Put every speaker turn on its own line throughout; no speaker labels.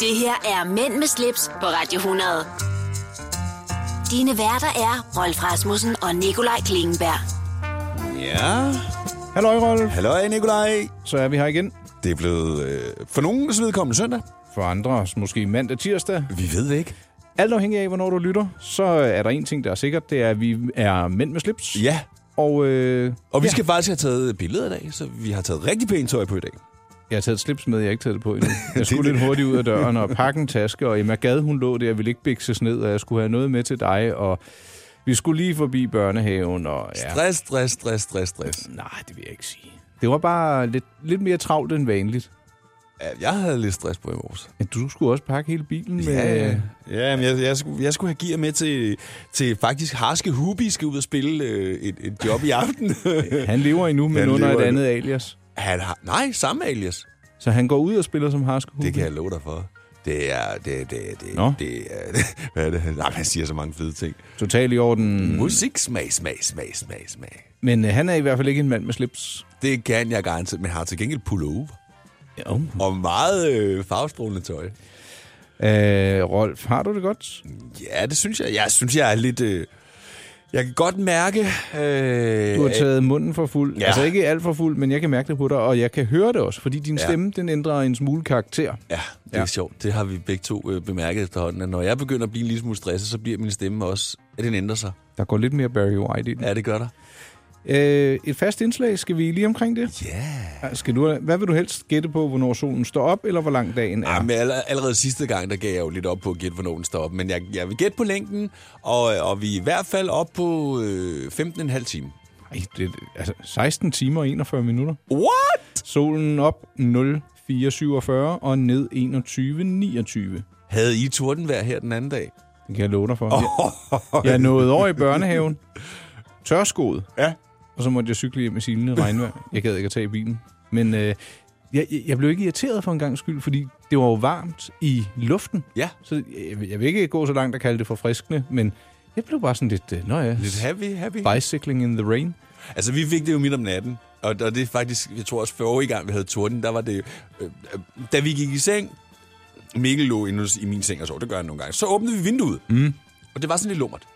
Det her er Mænd med slips på Radio 100. Dine værter er Rolf Rasmussen og Nikolaj Klingenberg.
Ja.
Halløj, Rolf.
Halløj, Nikolaj.
Så er vi her igen.
Det er blevet øh, for nogens vedkommende søndag.
For andre, måske mandag tirsdag.
Vi ved det ikke.
Alt afhængig af, hvornår du lytter, så er der en ting, der er sikkert. Det er, at vi er mænd med slips.
Ja,
Og øh,
og vi
ja,
skal faktisk have taget billeder i dag, så vi har taget rigtig pænt tøj på i dag.
jeg har taget et slips med, jeg har ikke taget det på endnu. Jeg skulle lidt hurtigt ud af døren og pakke en taske, og Emma Gad, hun lå der, jeg ville ikke bikses ned, og jeg skulle have noget med til dig, og vi skulle lige forbi børnehaven, og ja,
Stress, stress, stress, stress, stress.
nej, det vil jeg ikke sige. Det var bare lidt, lidt mere travlt end vanligt.
Ja, Jeg havde lidt stress på i morges.
Men du skulle også pakke hele bilen
Øh.
med...
ja men jeg, jeg, skulle, jeg skulle have gear med til, til faktisk Harske Hubi skal ud og spille øh, et, et job i aften.
Han lever endnu, men
Han
under
lever
et
endnu.
andet alias.
Han har, nej, samme alias.
Så han går ud og spiller som harskehund.
Det kan jeg love dig for. Det er... Det, det, det,
Nå.
det er hvad er det? Nej, man siger så mange fede ting.
Totalt i orden.
Mm. Musik, smag, smag, smag, smag, smag.
Men øh, han er i hvert fald ikke en mand med slips.
Det kan jeg garanteret, men har til gengæld pullover.
Jo.
Og meget øh, farvestrålende tøj.
Øh, Rolf, har du det godt?
Ja, det synes jeg. Jeg synes, jeg er lidt... Øh, jeg kan godt mærke... Øh,
Du har taget munden for fuld.
Ja.
Ja. Altså ikke alt for fuld, men jeg kan mærke det på dig, og jeg kan høre det også, fordi din
Ja.
ja. stemme, den ændrer en smule karakter.
Ja, det er ja.
Ja.
sjovt. Det har vi begge to øh, bemærket efterhånden. At når jeg begynder at blive en lille smule stresset, så bliver min stemme også... At den ændrer sig.
Der går lidt mere Barry White i den.
Ja, det gør der.
Øh, et fast indslag, skal vi lige omkring det?
Ja. Yeah.
Skal du, hvad vil du helst gætte på, hvornår solen står op, eller hvor lang dagen er?
Ja. Jamen, all- allerede sidste gang, der gav jeg jo lidt op på at gætte, hvornår den står op. Men jeg, jeg vil gætte på længden, og, øh, og vi er i hvert fald op på øh, 15,5 timer.
Ej, det, altså 16 timer og 41 minutter.
What?
Solen op 04.47 og ned 21.29.
Havde I tordenvejr her den anden dag?
Det kan jeg love dig for. Oh. Jeg nåede over i børnehaven, tørskoet,
Ja.
og så måtte jeg cykle hjem i silende regnvejr. Jeg gad ikke at tage i bilen. Men øh, jeg, jeg- jeg blev ikke irriteret for en gang skyld, fordi det var jo varmt i luften.
Ja.
Så jeg, jeg vil ikke gå så langt og kalde det for friskende, men jeg blev bare sådan lidt, øh, nå ja,
Lidt happy, happy.
bicycling in the rain.
Altså, vi fik det jo midt om natten. Og, og det er faktisk, jeg tror også, forrige gang, vi havde torden, der var det... Øh, øh, da vi gik i seng, Mikkel lå inde hos- i min seng og sov, det gør han nogle gange. Så åbnede vi vinduet, mm. og det var sådan lidt lummert.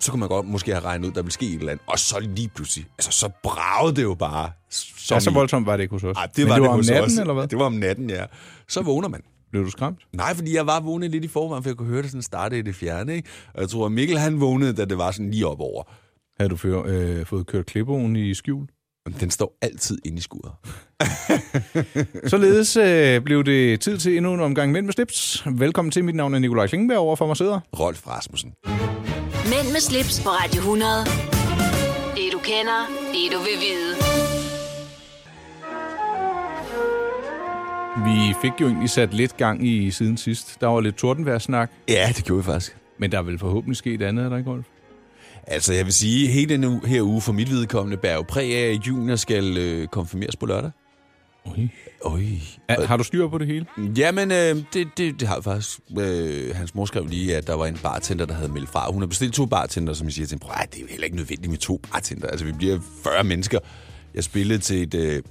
Så kunne man godt måske have regnet ud, der ville ske et eller andet. Og så lige pludselig, altså så bragede det jo bare. Som
Ja, så
i-
voldsomt var det ikke hos os.
Ej,
Men
det var Altså, det,
det var om
hos
natten,
os.
eller hvad?
Det var om natten, ja. Så vågner man.
Blev du skræmt?
Nej, fordi jeg var vågnet lidt i forvejen, for jeg kunne høre det sådan starte i det fjerne, ikke? Og jeg tror, at Mikkel han vågnede, da det var sådan lige op over.
Havde du før, øh, fået kørt klippeoven i skjul?
Den står altid inde i skuret.
Således øh, blev det tid til endnu en omgang Mænd med slips. Velkommen til. Mit navn er Nikolaj Klingenberg. Over for mig sidder
Rolf Rasmussen.
Mænd med slips på Radio 100. Det du kender, det du vil vide.
Vi fik jo egentlig sat lidt gang i siden sidst. Der var lidt tordenvejrsnak,
Ja, det gjorde vi faktisk.
men der er vel forhåbentlig sket andet, er der ikke, Rolf?
Altså, jeg vil sige, hele denne u- her uge for mit vedkommende bærer jo præg af, at junior skal øh, konfirmeres på lørdag.
Oj.
Øj.
Er, har du styr på det hele?
Jamen, øh, det, det, det har jeg faktisk. Øh, hans mor skrev lige, at der var en bartender, der havde meldt fra. Hun har bestilt to bartender, som jeg siger til hende, prøv at, det er jo heller ikke nødvendigt med to bartender. Altså, vi bliver 40 mennesker. Jeg spillede til et øh,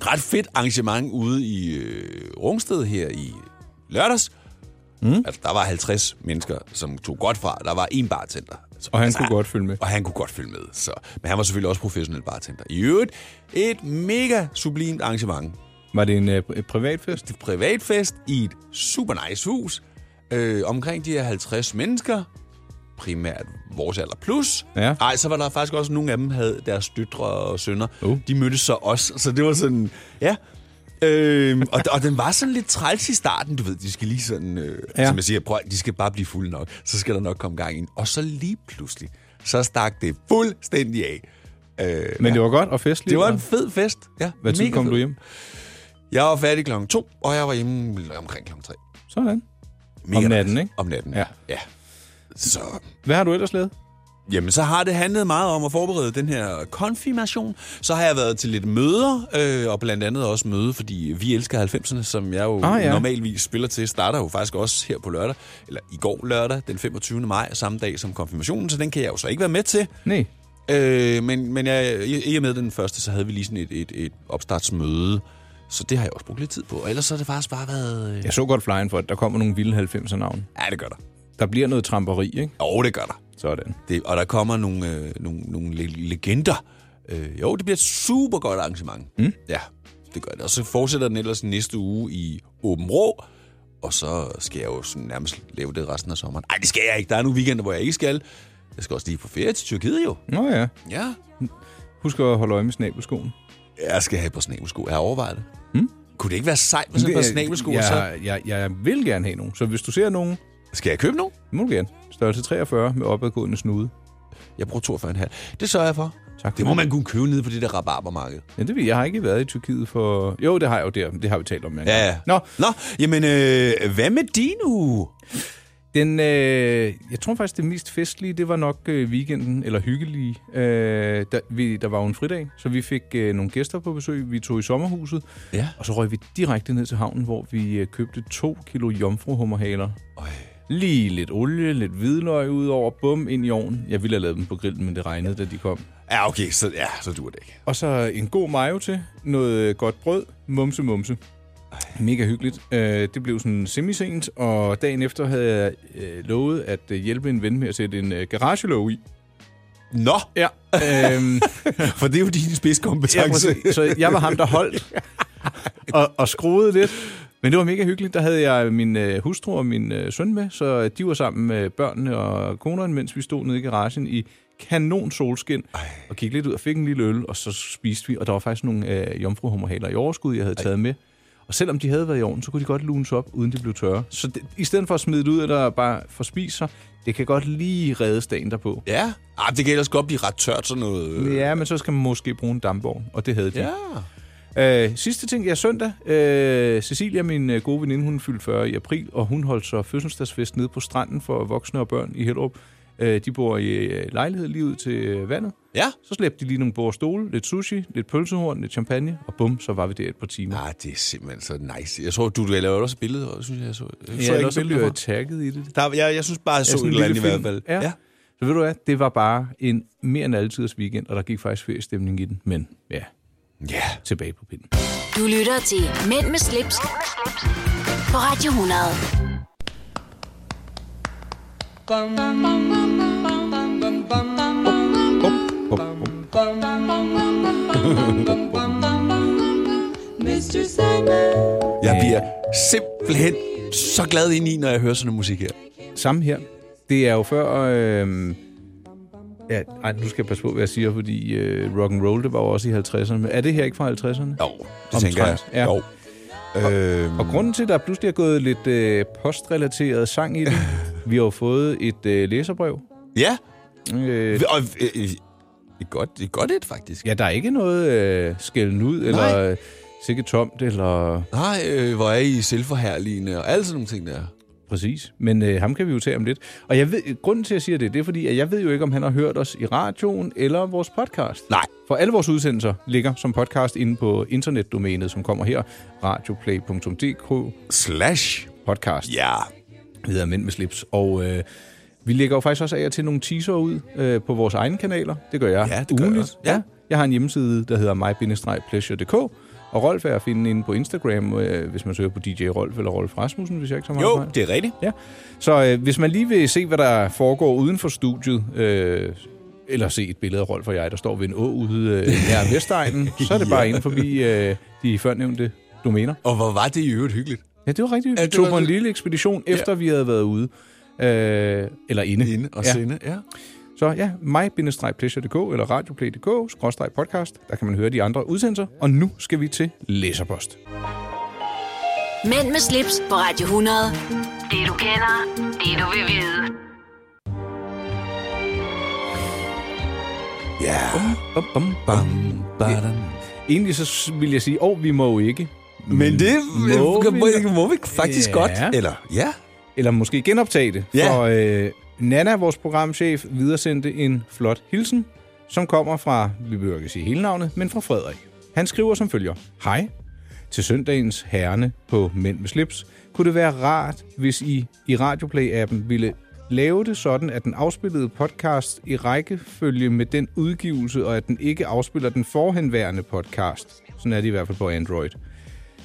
ret fedt arrangement ude i øh, Rungsted her i lørdags. Mm. Altså, der var 50 mennesker, som tog godt fra. Der var en bartender. Altså,
Og han
altså,
kunne godt følge med.
og han kunne godt følge med. Så. Men han var selvfølgelig også professionel bartender. I øvrigt, et mega sublimt arrangement.
Var det en øh, pri- privatfest?
Det er privatfest i et super nice hus. Øh, omkring de her 50 mennesker. Primært vores alder plus.
Ja.
Ej, så var der faktisk også nogle af dem, havde deres døtre og sønner.
Oh.
De mødtes så også, så det var sådan... Ja. Øhm, og, og den var sådan lidt træls i starten, du ved, de skal lige sådan, øh, ja.
Ja.
som jeg siger, prøv, at- de skal bare blive fulde nok, så skal der nok komme gang ind. Og så lige pludselig, så stak det fuldstændig af. Øh,
Men det var godt og festligt.
det var
og-
en fed fest. Ja,
Hvad tid
mega
kom
fed.
du hjem?
Jeg var færdig klokken to, og jeg var hjemme omkring klokken tre.
Sådan.
Mega
Om natten,
nice.
ikke?
Om natten, ja.
Ja.
ja. Så,
Hvad har du ellers lavet?
jamen, så har det handlet meget om at forberede den her konfirmation. Så har jeg været til lidt møder, øh, og blandt andet også møde, fordi vi elsker 90'erne, som jeg jo ah,
Ah,
ja.
ja.
normalvis spiller til, starter jo faktisk også her på lørdag, eller i går lørdag, den 25. maj, samme dag som konfirmationen, så den kan jeg jo så ikke være med til.
Nej.
Øh, men men jeg, i i og med den første, så havde vi lige sådan et, et, et opstartsmøde, Så det har jeg også brugt lidt tid på. Og ellers så har det faktisk bare været... Øh...
Jeg så godt flyen for, at der kommer nogle vilde 90'er navne.
Ja, det gør der.
Der bliver noget tramperi, ikke?
Jo, det gør der.
Sådan.
Det, og der kommer nogle, øh, nogle, nogle le- legender. Øh, jo, det bliver et super godt arrangement. Mm. Ja, det gør det. Og så fortsætter den ellers næste uge i Åben Rå. Og så skal jeg jo sådan nærmest lave det resten af sommeren. Nej, det skal jeg ikke. Der er nogle weekender, hvor jeg ikke skal. Jeg skal også lige på ferie til Tyrkiet jo.
Nå ja.
Ja.
Husk at holde øje med snabelskoen.
Jeg skal have et par snabelsko. Jeg har overvejet det. Mm. Kunne det ikke være sejt med sådan et par snabelsko?
jeg,
Så...
jeg, jeg, jeg vil gerne have nogen. Så hvis du ser nogen,
Skal jeg købe nogen?
må du gerne. Størrelse 43 med opadgående snude.
Jeg bruger 42,5. Det sørger jeg for.
Tak for
Det må
det.
man kunne købe nede på det der rabarbermarked.
Ja, det ved jeg. Jeg har ikke været i Tyrkiet for... Jo, det har jeg jo der. Det har vi talt om. men-
Ja, ja.
Nå,
Nå, jamen, øh, hvad med din uge?
Den, øh, jeg tror faktisk, det mest festlige, det var nok øh, weekenden, eller hyggelige. Øh, der, vi, der var jo en fridag, så vi fik øh, nogle gæster på besøg. Vi tog i sommerhuset,
Ja.
og så røg vi direkte ned til havnen, hvor vi øh, købte to kilo jomfruhummerhaler. Lige lidt olie, lidt hvidløg ud over, bum, ind i ovnen. Jeg ville have lavet dem på grillen, men det regnede, da de kom.
Ja, okay, så, ja, så dur det ikke.
Og så en god mayo til, noget øh, godt brød, mumse mumse. Mega hyggeligt. Øh, Det blev sådan semisent, og dagen efter havde jeg øh, lovet at øh, hjælpe en ven med at sætte en øh, garagelåg i.
Nå,
Ja. Øhm,
for det er jo din
ja
spidskompetence.
præcis. så jeg var ham, der holdt og, og skruede lidt. Men det var mega hyggeligt. Der havde jeg min øh, hustru og min øh, søn med, så de var sammen med børnene og koneren, mens vi stod nede i garagen i kanon solskin og kiggede lidt ud og fik en lille øl, og så spiste vi. Og der var faktisk nogle øh, jomfruhummerhaler i overskud, jeg havde taget med. Og selvom de havde været i ovnen, så kunne de godt lunes op, uden de blev tørre. Så det, i stedet for at smide det ud, eller bare forspise sig, det kan godt lige redde dagen derpå.
Ja, ah, det kan ellers godt blive ret tørt, sådan noget. øh.
Ja, men så skal man måske bruge en dampvogn, og det havde de.
ja.
Øh, sidste ting, ja, søndag. Øh, Cecilia, min øh, gode veninde, hun fyldte 40 i april, og hun holdt så fødselsdagsfest nede på stranden for voksne og børn i Hellerup. Øh, de bor i øh, lejlighed lige ud til øh, vandet.
Ja.
Så slæbte de lige nogle bord og stole, lidt sushi, lidt pølsehorn, lidt champagne, og bum, så var vi der et par timer.
Ah, det er simpelthen så nice. Jeg tror, du du lavede også et billede, og synes jeg, jeg så, jeg
Ja,
så
ellers
ikke
så blev
billeder
jeg
fra.
tagget i det.
Der, jeg, jeg synes bare, jeg så
Ja,
et
sådan en
eller andet i
lille
hvert
film.
fald.
Ja. ja. Så ved du hvad, det var bare en mere end altiders weekend, og der gik faktisk feriestemning i den. Men ja,
ja.
tilbage på pinden.
Du lytter til Mænd med slips, på Radio 100.
Mr. Sandman.
Jeg bliver simpelthen så glad ind i, når jeg hører sådan noget musik her.
Samme her. Det er jo før... Øh, ja, ej, nu skal jeg passe på, hvad jeg siger, fordi øh, rock and roll det var jo også i 50'erne. Men er det her ikke fra 50'erne?
Jo, det tænker jeg.
ja.
Jo. Øhm,
Og grunden til, at der pludselig er gået lidt øh, postrelateret sang i det, vi har jo fået et øh, læserbrev.
ja,
Øh,
og, øh, øh, det er godt, det er godt et, faktisk.
ja, der er ikke noget øh, skælden ud, eller øh, sikkert tomt, eller...
Nej, øh, hvor er I selvforherligende og alle sådan nogle ting der.
Præcis, men øh, ham kan vi jo tage om lidt. Og jeg ved, grunden til, at jeg siger det, det er fordi, at jeg ved jo ikke, om han har hørt os i radioen eller vores podcast.
Nej.
For alle vores udsendelser ligger som podcast inde på internetdomænet, som kommer her, radioplay.dk
Slash.
podcast.
Ja.
Vi hedder Mænd med slips, og øh, vi lægger jo faktisk også af og til nogle teaser ud øh, på vores egne kanaler. Det gør jeg
Ja, det gør jeg
ugentligt.
også. Ja.
Ja. Jeg har en hjemmeside, der hedder my-pleasure.dk, og Rolf er at finde inde på Instagram, øh, hvis man søger på DJ Rolf eller Rolf Rasmussen, hvis jeg ikke så meget
Jo, det er rigtigt.
Ja. Så øh, hvis man lige vil se, hvad der foregår uden for studiet, øh, eller se et billede af Rolf og jeg, der står ved en å ude øh, nær Vestegnen, så er det bare inde forbi øh, de førnævnte domæner.
Og hvor var det i øvrigt hyggeligt?
Ja, det var rigtigt.
Ja,
Vi
det
tog
var
på en
det.
lille ekspedition, efter vi havde været ude. Øh, eller inde.
Inde og
Ja.
sende, ja.
Så ja, mig-pleasure.dk eller radioplay.dk-podcast. Der kan man høre de andre udsendelser. Og nu skal vi til læserpost.
Mænd med slips på Radio 100. Det du kender, det du vil vide.
Ja.
Bum, bum,
Bam,
bum.
badam.
Egentlig så vil jeg sige, åh, oh, vi må jo ikke.
Men det
Må
må,
vi-
må, vi, må vi faktisk ja.
Ja.
godt. Eller? Ja.
eller måske genoptage det.
Ja.
For øh, Nana, vores programchef, videresendte en flot hilsen, som kommer fra, vi behøver ikke sige hele navnet, men fra Frederik. Han skriver som følger. Hej. Til søndagens herrene på Mænd med slips kunne det være rart, hvis I i Radioplay-appen ville lave det sådan, at den afspillede podcast i rækkefølge med den udgivelse, og at den ikke afspiller den forhenværende podcast. Sådan er det i hvert fald på Android.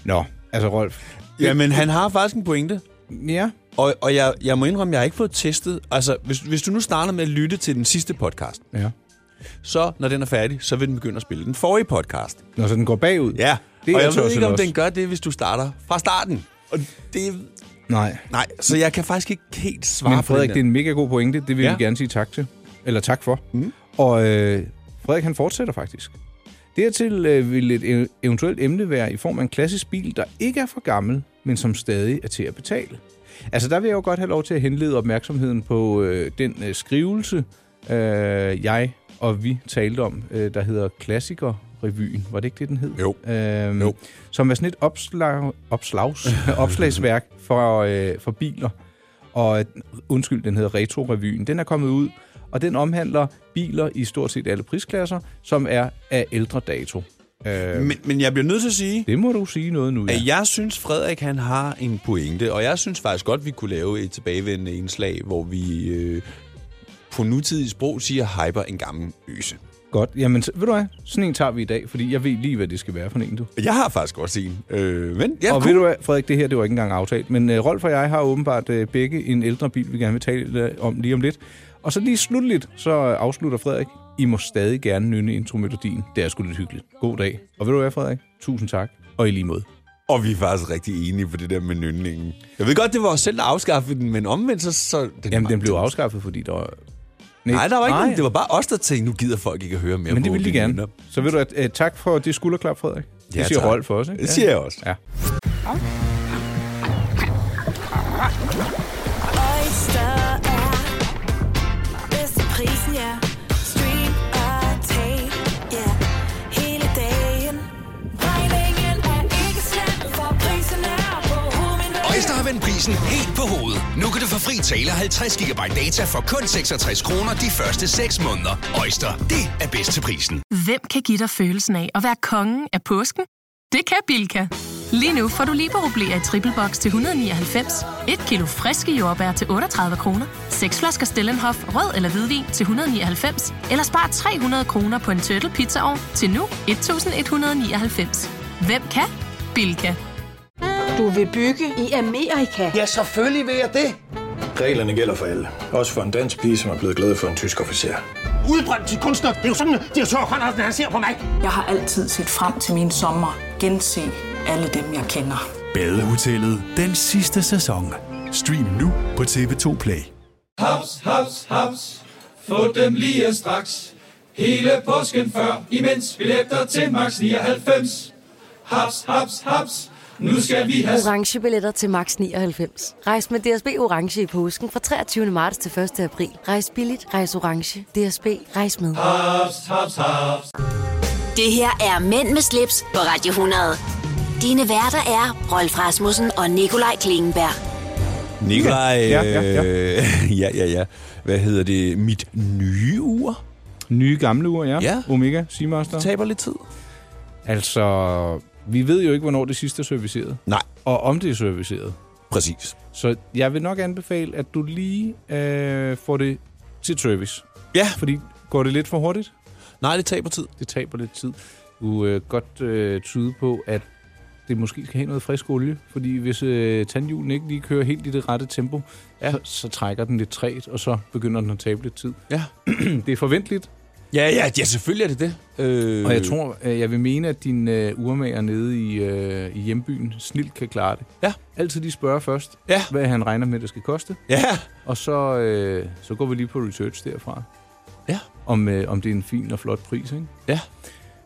Nå, altså Rolf.
Jamen, han har faktisk en pointe.
Ja,
Og, og jeg, jeg må indrømme, jeg har ikke fået testet... Altså, hvis, hvis du nu starter med at lytte til den sidste podcast,
ja.
så når den er færdig, så vil den begynde at spille den forrige podcast.
Når så den går bagud.
Ja,
Det
det
er
og jeg ved
tosset
ikke, om
også.
den gør det, hvis du starter fra starten. Og det...
Nej.
Nej, så jeg kan faktisk ikke helt svare
Men Frederik,
på
det er en mega god pointe. Det vil ja.
Ja.
vi gerne sige tak til. Eller tak for. Mm. Og øh, Frederik, han fortsætter faktisk. Dertil øh, vil et ev- eventuelt emne være i form af en klassisk bil, der ikke er for gammel, men som stadig er til at betale. Altså, der vil jeg jo godt have lov til at henlede opmærksomheden på øh, den øh, skrivelse, øh, jeg og vi talte om, øh, der hedder Klassikerrevyen. Var det ikke det, den hed?
Jo.
Øhm,
Jo.
Som er sådan et opslag, opslags, opslagsværk for, øh, for biler. Og øh, undskyld, den hedder Retro-revyen. Den er kommet ud, og den omhandler biler i stort set alle prisklasser, som er af ældre dato. Øh,
Men, men jeg bliver nødt til at sige,
det må du sige noget nu, ja.
at jeg synes, Frederik han har en pointe, og jeg synes faktisk godt, vi kunne lave et tilbagevendende indslag, hvor vi øh, på nutidig sprog siger hyper en gammel øse.
Godt. Jamen, så, ved du hvad? Sådan en tager vi i dag, fordi jeg ved lige, hvad det skal være for en, du.
Jeg har faktisk også en. Øh, men ja,
og
cool.
ved du hvad, Frederik, det her det var ikke engang aftalt, men øh, Rolf og jeg har åbenbart øh, begge en ældre bil, vi gerne vil tale øh, om lige om lidt. Og så lige slutligt, så øh, afslutter Frederik. I må stadig gerne nynne intromelodien. Det er sgu lidt hyggeligt. God dag. Og ved du hvad, Frederik? Tusind tak. Og i lige måde.
Og vi er faktisk rigtig enige på det der med nynningen. Jeg ved godt, det var os selv, der afskaffede den, men omvendt så... så den
Jamen, den blev afskaffet, fordi der var...
Nej, der var ikke nogen. Det var bare os, der tænkte, nu gider folk ikke at høre mere
Men det
på
ville de
dine
gerne.
nynner.
Så ved du at øh, tak for det skulderklap, Frederik. Det
Ja,
siger
tak.
Rolf også, ikke?
Det siger jeg også.
Ja.
Oyster er bedst til prisen, ja. Stream og tag, ja. Hele dagen. Regningen er ikke slem, for prisen er på hovedet.
Øjster har vendt prisen helt på hovedet. Nu kan du få fri tale og 50 GB data for kun 66 kroner de første 6 måneder. Øjster, det er bedst til prisen.
Hvem kan give dig følelsen af at være kongen af påsken? Det kan Bilka! Lige nu får du liberobleer i triple box til 199, et kilo friske jordbær til 38 kroner, seks flasker Stellenhof rød eller hvidvin til 199, eller spar 300 kroner på en turtle pizzaovn til nu 1199. Hvem kan? Bilka!
Du vil bygge i Amerika?
Ja, selvfølgelig vil jeg det.
Reglerne gælder for alle. Også for en dansk pige, som er blevet glad for en tysk officer.
Udbrændt til kunstner. Det er jo sådan, at de har tørt, han ser på mig.
Jeg har altid set frem til min sommer. Gense alle dem, jeg kender.
Badehotellet den sidste sæson. Stream nu på TV2 Play.
Haps, haps, haps. Få dem lige straks. Hele påsken før, imens billetter til max 99. Haps, haps, haps. Nu skal vi have...
Orange billetter til max 99. Rejs med DSB Orange i påsken fra 23. marts til 1. april. Rejs billigt, rejs orange. DSB, rejs med.
Haps, haps, haps.
Det her er Mænd med slips på Radio 100. Dine værter er Rolf Rasmussen og Nikolaj Klingenberg.
Nikolaj,
Ja, ja, ja.
øh, ja, ja, ja. Hvad hedder det? Mit nye ur
Nye gamle uger, ja.
Ja.
Omega, Seamaster.
taber lidt tid.
Altså, vi ved jo ikke, hvornår det sidste er serviceret,
Nej,
og om det er serviceret.
præcis.
Så jeg vil nok anbefale, at du lige øh, får det til service.
Ja,
Fordi går det lidt for hurtigt,
nej, det taber tid.
det taber lidt tid. Du øh, godt øh, tyde på, at det måske skal have noget frisk olie, fordi hvis øh, tandhjulen ikke lige kører helt i det rette tempo, ja. så, så trækker den lidt træt, og så begynder den at tabe lidt tid.
Ja,
Det er forventeligt,
ja, ja, ja selvfølgelig er det det. Øh,
og jeg tror, øh, jeg vil mene, at din øh, urmager nede i, øh, i hjembyen snilt kan klare det.
Ja.
Altid lige spørge først,
Ja.
hvad han regner med, det skal koste.
Ja,
Og så, øh, så går vi lige på research derfra.
Ja.
Om, øh, om det er en fin og flot pris, ikke?
ja.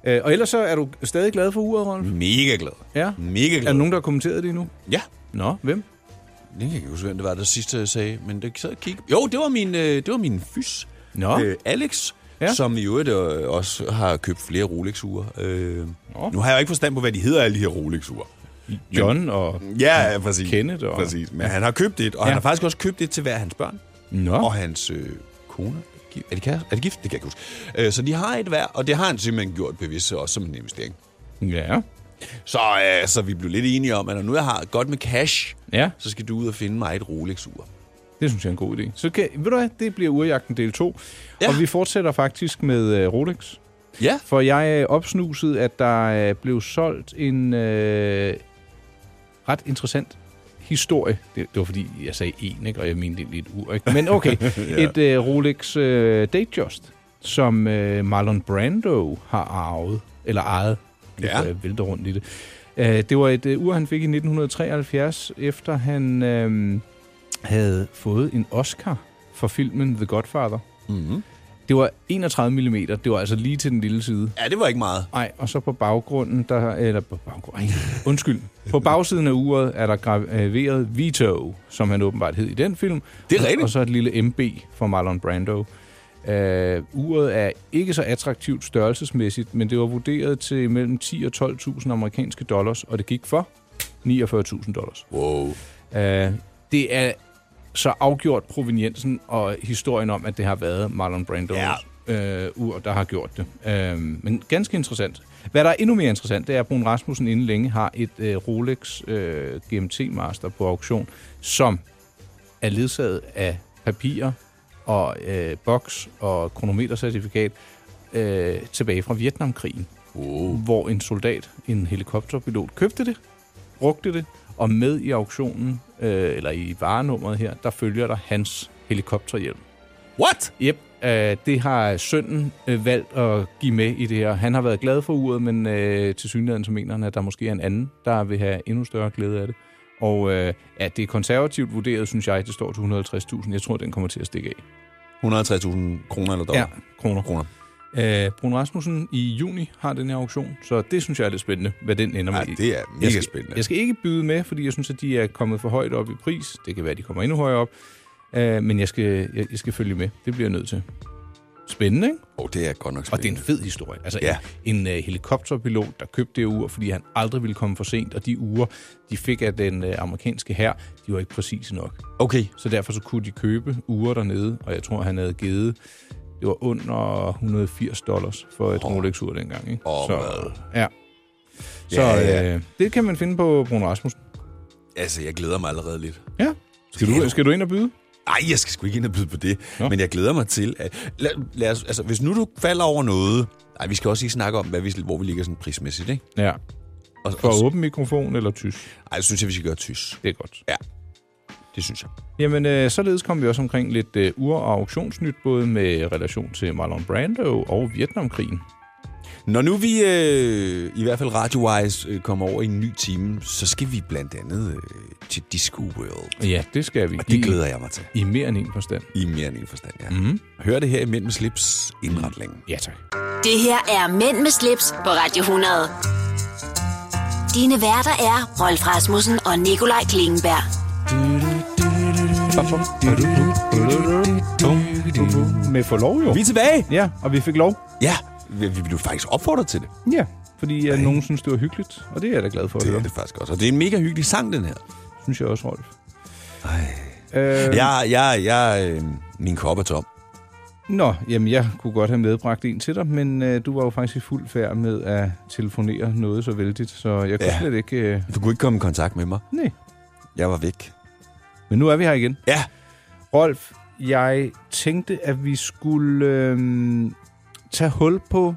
Øh, og ellers så er du stadig glad for uret, Rolf?
Mega glad.
Ja.
Mega glad.
Er der nogen, der har kommenteret det endnu?
Ja.
Nå, hvem?
Det kan jeg ikke huske, hvem det var, der sidste jeg sagde, men det sad jeg og kiggede. Jo, det var min, øh, det var min fys,
Nå.
øh, Alex,
Ja.
ja. som i øvrigt øh, også har købt flere Rolex-ure. Øh,
Nå.
nu har jeg jo ikke forstand på, hvad de hedder, alle de her Rolex-ure.
John og...
Ja, ja, præcis.
Kenneth og-
Præcis, men han har købt et, og
Ja.
ja. han har faktisk også købt et til hver af hans børn.
Nå.
og hans øh, kone. Er de, kæreste? er de gift? Det kan jeg ikke huske. Øh, så de har et hver, og det har han simpelthen gjort bevidst også som en investering.
Ja.
Så, øh, så vi blev lidt enige om, at når nu jeg har godt med cash,
Ja,
så skal du ud og finde mig et Rolex-ur.
det synes jeg er en god idé. Så kan, ved du hvad, det bliver urjagten del 2. Ja.
Ja.
Og vi fortsætter faktisk med øh, Rolex.
Ja.
For jeg øh, opsnusede, at der øh, blev solgt en, øh, ret interessant historie. Det, det var fordi, jeg sagde en, ikke? og jeg mente egentlig et ur. Ikke? Men okay,
Ja.
et øh, Rolex øh, Datejust, som øh, Marlon Brando har arvet, eller ejet. Ja. Jeg vælter rundt i det. Øh, det var et øh, ur, han fik i 1973, efter han øh, havde fået en Oscar for filmen The Godfather.
Mm-hmm.
Det var 31 mm. Det var altså lige til den lille side.
Ja, det var ikke meget.
Nej, og så på baggrunden, der, eller på baggrunden, ej, undskyld. På bagsiden af uret er der graveret Vito, som han åbenbart hed i den film.
Det er
Og-
rigtigt.
Og så et lille MB for Marlon Brando. Uh, uret er ikke så attraktivt størrelsesmæssigt, men det var vurderet til mellem 10 og 12.000 amerikanske dollars, og det gik for 49.000 dollars.
Wow.
Uh, det er så afgjort proveniensen og historien om, at det har været Marlon Brandos ja. øh, ur, der har gjort det. Øh, men ganske interessant. Hvad der er endnu mere interessant, det er, at Brun Rasmussen inden længe har et øh, Rolex øh, GMT Master på auktion, som er ledsaget af papirer og øh, boks og kronometercertifikat øh, tilbage fra Vietnamkrigen,
wow.
hvor en soldat, en helikopterpilot, købte det, brugte det, og med i auktionen, øh, eller i varenummeret her, der følger der hans helikopterhjelm.
What?
Yep. Øh, det har sønnen øh, valgt at give med i det her. Han har været glad for uret, men øh, til synligheden så mener han, at der måske er en anden, der vil have endnu større glæde af det. Og øh, ja, det er konservativt vurderet, synes jeg, det står til 150.000. Jeg tror, den kommer til at stikke af.
150.000 kroner eller dollar?
Ja, kroner.
kroner.
Øh, Brun Rasmussen i juni har den her auktion, så det synes jeg er lidt spændende, hvad den ender med.
Ja, det er mega
jeg skal,
spændende.
Jeg skal ikke byde med, fordi jeg synes, at de er kommet for højt op i pris. Det kan være, at de kommer endnu højere op. Øh, men jeg skal, jeg, jeg skal følge med. Det bliver jeg nødt til. Spændende, ikke?
Oh, det er godt nok
Og det er en fed historie. Altså
Ja.
ja. en, en uh, helikopterpilot, der købte det ur, fordi han aldrig ville komme for sent, og de uger, de fik af den uh, amerikanske hær, de var ikke præcise nok.
Okay.
Så derfor så kunne de købe uger dernede, og jeg tror, han havde givet, det var under 180 dollars for et oh. Rolex-ur dengang. Ikke?
Åh,
så,
hvad?
ja. Så
Ja, ja.
Øh, det kan man finde på Bruno Rasmussen.
Altså, jeg glæder mig allerede lidt.
Ja. Skal du, skal du ind og byde?
Nej, jeg skal sgu ikke ind og byde på det. Nå. Men jeg glæder mig til, at... Lad, lad os, altså, hvis nu du falder over noget... Nej, vi skal også ikke snakke om, hvad vi, hvor vi ligger sådan prismæssigt, ikke?
Ja.
Og,
For åben mikrofon eller tysk?
Nej, det synes jeg, vi skal gøre tysk.
Det er godt.
Ja, det synes jeg.
Jamen, øh, således kom vi også omkring lidt øh, ur- og auktionsnyt, både med relation til Marlon Brando og Vietnamkrigen.
Når nu vi øh, i hvert fald radio-wise øh, kommer over i en ny time, så skal vi blandt andet øh, til Disco World.
Ja, det skal vi.
Og det
I-
glæder jeg mig til.
I mere end en forstand.
I mere end en forstand, ja.
Mm.
Hør det her i Mænd med slips indretningen.
Ja, tak.
Det her er Mænd med slips på Radio 100. Dine værter er Rolf Rasmussen og Nikolaj Klingenberg.
Med forlov jo.
Vi er tilbage!
Ja, og vi fik lov.
Ja, vi vi blev faktisk opfordret til det.
Ja, fordi at nogen synes, det var hyggeligt, og det er jeg da glad for at
Det
høre.
er det faktisk også. Og det er en mega hyggelig sang, den her.
Synes jeg også, Rolf.
Øh... Jeg, jeg, jeg, øh, min kop er tom.
Nå, jamen jeg kunne godt have medbragt en til dig, men øh, du var jo faktisk i fuld færd med at telefonere noget så vældigt, så jeg kunne
Ja.
ja. slet ikke... Øh...
Du kunne ikke komme i kontakt med mig.
Nej.
Jeg var væk.
Men nu er vi her igen.
Ja.
Rolf, jeg tænkte, at vi skulle øh, tage hul på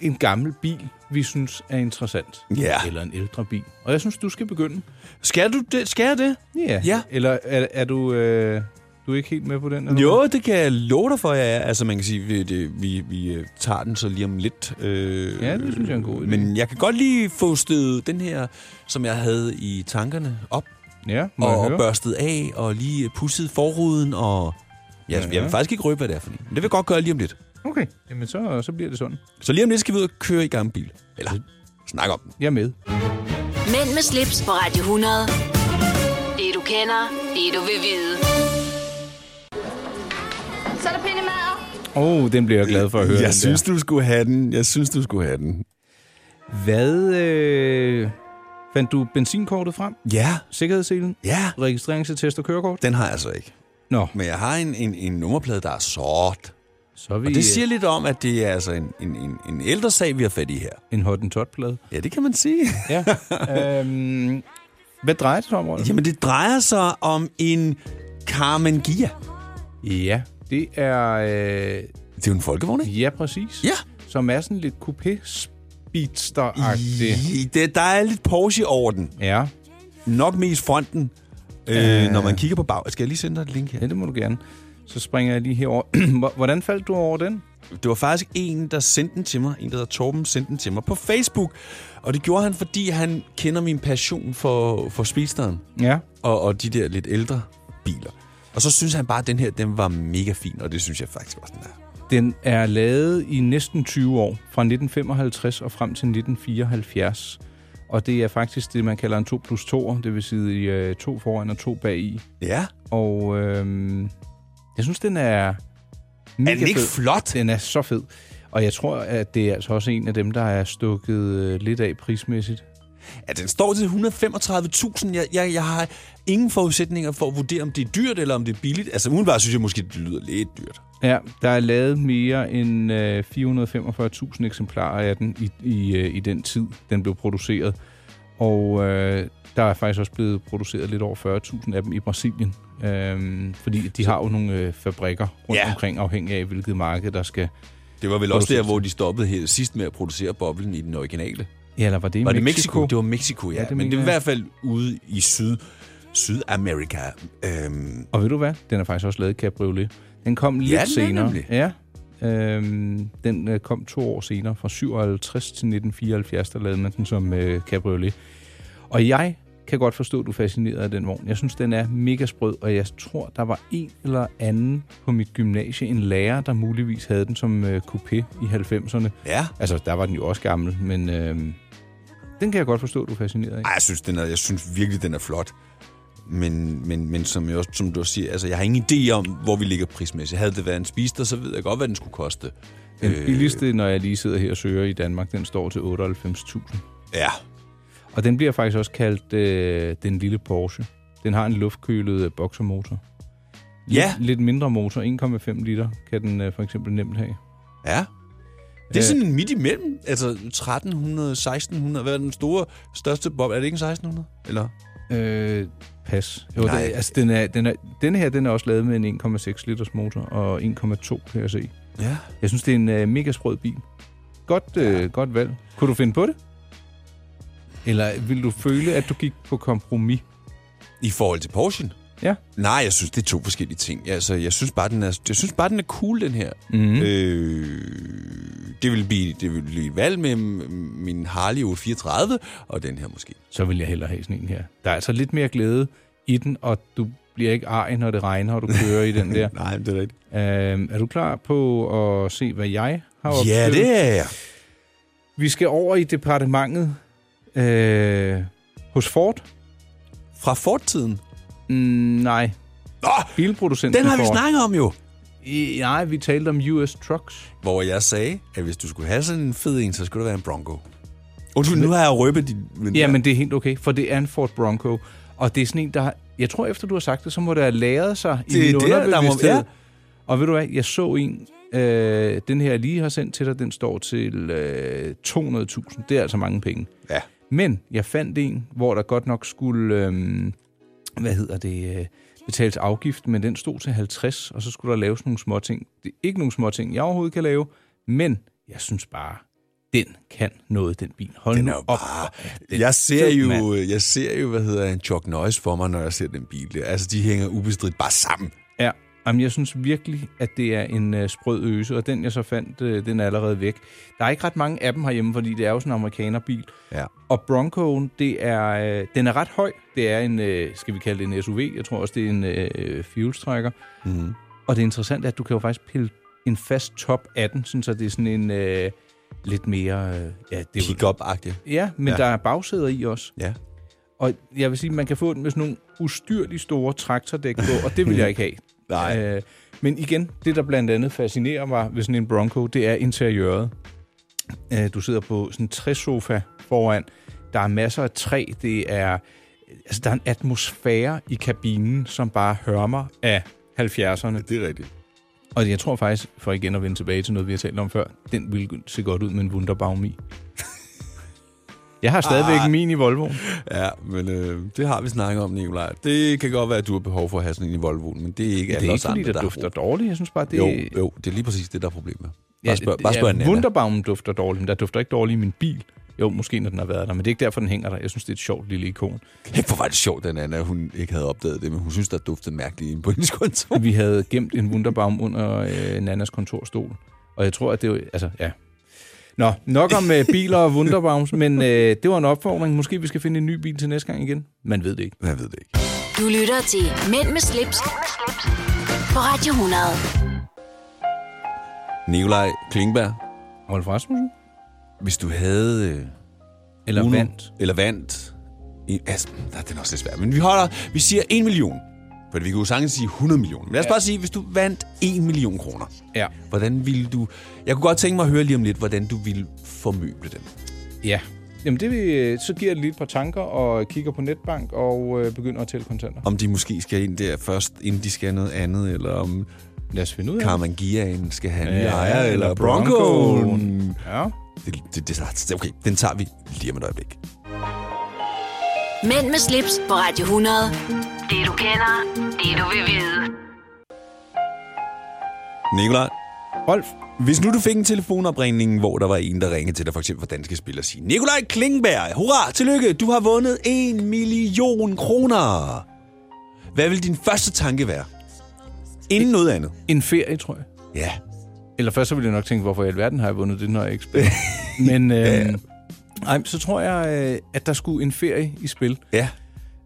en gammel bil, vi synes er interessant.
Ja.
Eller en ældre bil. Og jeg synes, du skal begynde.
Skal, du det? skal jeg det?
Ja.
Ja.
Eller er, er du... Øh, du er ikke helt med på den? Eller
Jo, det kan jeg love dig for, jeg er. Altså, man kan sige, vi, det, vi, vi øh, tager den så lige om lidt. Øh,
Ja, det synes jeg er en god idé.
Men jeg kan godt lige få stødet den her, som jeg havde i tankerne, op
Ja, må jeg
og
høre?
børstet af, og lige øh, pusset forruden, og... Ja, ja. Jeg vil faktisk ikke røbe, hvad det er for en. Men det vil jeg godt gøre lige om lidt.
Okay, jamen så, så bliver det sådan.
Så lige om lidt skal vi ud og køre i gammel bil. Eller snak om den.
Jeg er med.
Mænd med slips på Radio 100. Det du kender, det du vil vide.
Så er der pindemad.
Åh, oh, den bliver jeg glad for at høre. den
Jeg synes,
der.
du skulle have den. Jeg synes, du skulle have den.
Hvad øh, fandt du benzinkortet frem?
Ja.
Sikkerhedsselen?
Ja.
Registreringsattest og kørekort?
Den har jeg så ikke.
Nå.
Men jeg har en, en, en nummerplade, der er sort.
Så er vi,
Og det siger lidt om, at det er altså en, en, en, en ældre sag, vi har fat i her.
En hottentot-plade.
Ja, det kan man sige.
Ja. øhm, hvad drejer det sig om, Rolf?
Jamen, det drejer sig om en Carmen Gia.
Ja, det er... Øh,
det er jo en folkevogn, ikke?
Ja, præcis.
Ja.
Som er sådan lidt coupé speedster agtig
I, det, der er lidt Porsche over den.
Ja.
nok mest fronten, øh, når man kigger på bag. Skal jeg lige sende dig et link her?
Ja, det må du gerne. Så springer jeg lige herover. Hvor- Hvordan faldt du over den?
Det var faktisk en, der sendte den til mig. En, der hedder Torben, sendte den til mig på Facebook. Og det gjorde han, fordi han kender min passion for, for speedsteren.
Ja.
Og, og de der lidt ældre biler. Og så synes han bare, at den her den var mega fin, og det synes jeg faktisk også, den er.
Den er lavet i næsten 20 år, fra 1955 og frem til 1974. Og det er faktisk det, man kalder en 2 plus 2, det vil sige øh, to foran og to bag i.
Ja.
Og øhm, jeg synes, den er mega
den ikke
fed.
flot?
Den er så fed. Og jeg tror, at det er altså også en af dem, der er stukket øh, lidt af prismæssigt.
Ja, den står til 135.000. Jeg, jeg, jeg har ingen forudsætninger for at vurdere, om det er dyrt eller om det er billigt. Altså, udenbart synes jeg måske, det lyder lidt dyrt.
Ja, der er lavet mere end øh, 445.000 eksemplarer af den i, i, øh, i den tid, den blev produceret. Og øh, der er faktisk også blevet produceret lidt over 40.000 af dem i Brasilien. Øh, fordi de har jo nogle øh, fabrikker rundt
Ja.
ja. omkring, afhængig af hvilket marked, der skal...
Det var vel også der,
produceres.
hvor de stoppede her, sidst med at producere boblen i den originale.
Ja, eller var det i
var det
Mexico?
Mexico? Det var Mexico, ja.
Ja,
ja
det
det Men det
mener
var i hvert
jeg.
fald ude i syd, Sydamerika. Øhm,
Og ved du hvad? Den er faktisk også lavet i cabriolet. Den kom lidt
Ja, den er
senere.
nemlig.
Ja, øhm, den øh, kom to år senere, fra 57 til 1974, der lavede man den som øh, cabriolet. Og jeg kan godt forstå, at du er fascineret af den vogn. Jeg synes, den er mega sprød, og jeg tror, der var en eller anden på mit gymnasie, en lærer, der muligvis havde den som øh, coupé i 90'erne.
Ja.
Altså, der var den jo også gammel, men øh, den kan jeg godt forstå, at du er fascineret af.
ej, jeg synes, den er, jeg synes virkelig, den er flot. Men, men, men som, jeg også, som du også siger, altså, jeg har ingen idé om, hvor vi ligger prismæssigt. Havde det været en spister, så ved jeg godt, hvad den skulle koste.
Den
øh.
billigste, når jeg lige sidder her og søger i Danmark, den står til 98.000.
Ja.
Og den bliver faktisk også kaldt øh, den lille Porsche. Den har en luftkølet øh, boxermotor. Lidt,
Ja.
Lidt mindre motor, 1,5 liter, kan den øh, for eksempel nemt have.
Ja.
Øh.
Det er sådan en midt imellem. Altså 1300, 1600. Hvad er den store, største bob? Er det ikke en 1600? Eller?
Øh, pas. Jo,
Nej.
Den, altså, den, er, den, er, den her den er også lavet med en 1,6 liters motor og 1,2 kan jeg se.
Ja.
Jeg synes, det er en øh, mega sprød bil. Godt, øh, godt valg. Kunne du finde på det? Eller vil du føle, at du gik på kompromis?
I forhold til Porschen?
Ja.
Nej, jeg synes, det er to forskellige ting. Altså, jeg synes bare, den er, jeg synes bare, den er cool, den her.
Mhm.
Øh, det vil blive, det vil blive et valg mellem min Harley 834 og den her måske.
så vil jeg hellere have sådan en her. Der er altså lidt mere glæde i den, og du bliver ikke arg, når det regner, og du kører i den der.
Nej, det er rigtigt.
Øhm, er du klar på at se, hvad jeg har
Ja,
opstillet?
det er jeg.
Vi skal over i departementet øh, hos Ford.
Fra Ford-tiden?
Mm, nej.
Nå,
Bilproducenten
Den har vi
Ford.
snakket om jo.
I, nej, vi talte om US Trucks.
Hvor jeg sagde, at hvis du skulle have sådan en fed en, så skulle det være en Bronco. Undskyld, nu har jeg røbet dit...
Ja, men det er helt okay, for det er en Ford Bronco. Og det er sådan en, der har, jeg tror efter du har sagt det, så må det have lagret sig
Det
i
er
min
der, der må-
underbevidsthed.
ja.
Og ved du hvad, jeg så en, øh, den her jeg lige har sendt til dig, den står til øh, 200.000. Det er altså mange penge.
Ja.
Men jeg fandt en, hvor der godt nok skulle, øh, hvad hedder det, øh, betales afgift, men den stod til 50, og så skulle der laves nogle små ting. Det er ikke nogle små ting, jeg overhovedet kan lave, men jeg synes bare, den kan noget, den bil. Hold
Den
nu
er jo
op.
bare...
Den
Jeg ser,
fed,
jo,
mand.
jeg ser jo, hvad hedder en Chuck Norris for mig, når jeg ser den bil der. Altså, de hænger ubestridt bare sammen.
Ja, jamen, jeg synes virkelig, at det er en øh, sprød øse, og den jeg så fandt, øh, den er allerede væk. Der er ikke ret mange af dem herhjemme, fordi det er jo sådan en amerikanerbil.
Ja.
Og Broncoen, det er, øh, den er ret høj. Det er en, øh, skal vi kalde det en SUV, jeg tror også, det er en øh, fuelstrækker.
Mm.
Og det interessante er, at du kan jo faktisk pille en fast top af den, sådan så det er sådan en øh, lidt mere... Øh, ja, det er jo-
Pick-up-agtig.
Ja, men
Ja.
ja. der er bagsæder i også.
Ja.
Og jeg vil sige, man kan få den med sådan nogle ustyrligt store traktordæk på, og det vil jeg ikke have.
Nej.
Øh, men igen, det der blandt andet fascinerer mig ved sådan en Bronco, det er interiøret. Øh, du sidder på sådan en træsofa foran. Der er masser af træ. Det er, altså, der er en atmosfære i kabinen, som bare hørmer af 70'erne.
Det er rigtigt.
Og jeg tror faktisk, for igen at vende tilbage til noget, vi har talt om før, den ville se godt ud med en Wunderbaum i. Jeg har stadigvæk
Ah.
ah. min i Volvo.
Ja, men øh, det har vi snakket om, Nicolaj. Det kan godt være, at du har behov for at have sådan en i Volvoen, men det er ikke
Det er
alle
ikke,
os andre,
fordi det
der har
dufter
brug.
dårligt. Jeg synes bare, det
Jo, jo, det er lige præcis det, der er problemet. Bare spørg,
det-
bare spørg
ja,
Nana.
Wunderbaumen dufter dårligt, men der dufter ikke dårligt i min bil. Jo, måske når den har været der, men det er ikke derfor, den hænger der. Jeg synes, det er et sjovt lille ikon.
Kæft, hvor var det sjovt, den Anna, hun ikke havde opdaget det, men hun synes, der duftede mærkeligt inde på hendes kontor.
Vi havde gemt en wunderbaum under øh, Nannas kontorstol, og jeg tror, at det var... Altså, ja. Nå, nok om øh, biler og wunderbaums, men øh, det var en opfordring. Måske vi skal finde en ny bil til næste gang igen. Man ved det ikke.
Man ved det ikke.
Du lytter til Mænd med slips, på Radio 100.
Nikolaj Klingberg.
Rolf Rasmussen.
Hvis du havde... Øh,
Eller
Uno-
vandt.
Eller vandt. I, altså, der er den er også lidt svært. Men vi holder... Vi siger 1 million. For vi kunne jo sagtens sige 100 millioner. Men lad os
Ja.
bare sige, hvis du vandt 1 million kroner.
Ja.
Hvordan ville du... Jeg kunne godt tænke mig at høre lige om lidt, hvordan du ville formøble den.
Ja. Jamen, det vi, øh, så giver jeg det lige et par tanker og kigger på netbank og øh, begynder at tælle kontanter.
Om de måske skal ind der først, inden de skal noget andet, eller om...
Lad os finde ud af det.
Carmen Giaen skal have en ny
Ja,
ejer, eller,
eller
eller Broncoen.
Ja.
Det, det, det, det, okay, den tager vi lige om et øjeblik.
Mænd med slips på Radio 100. Det du kender, det du vil vide.
Nikolaj.
Rolf.
Hvis nu du fik en telefonopringning, hvor der var en, der ringede til dig, for eksempel fra Danske Spil, og sige, Nikolaj Klingberg, hurra, tillykke, du har vundet en million kroner. Hvad vil din første tanke være? Inden noget andet.
En ferie, tror jeg.
Ja.
Eller først så ville jeg nok tænke, hvorfor i alverden har jeg vundet det, når jeg ikke spiller. Men øh, ej, så tror jeg, øh, at der skulle en ferie i spil.
Ja.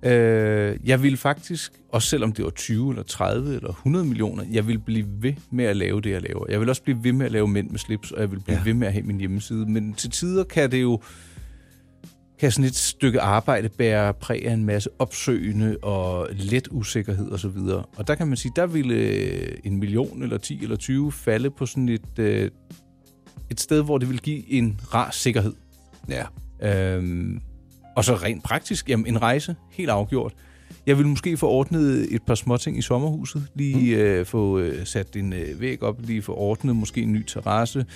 Øh, jeg ville faktisk, også selvom det var 20 eller 30 eller 100 millioner, jeg ville blive ved med at lave det, jeg laver. Jeg vil også blive ved med at lave mænd med slips, og jeg vil blive ja. ved med at have min hjemmeside. Men til tider kan det jo kan sådan et stykke arbejde bære præg af en masse opsøgende og let usikkerhed osv. Og, og der kan man sige, der ville øh, en million eller 10 eller 20 falde på sådan et, øh, et sted, hvor det ville give en rar sikkerhed.
Ja.
Øhm, og så rent praktisk, jamen en rejse, helt afgjort. Jeg ville måske få ordnet et par småting i sommerhuset, lige mm. øh, få øh, sat en øh, væg op, lige få ordnet måske en ny terrasse,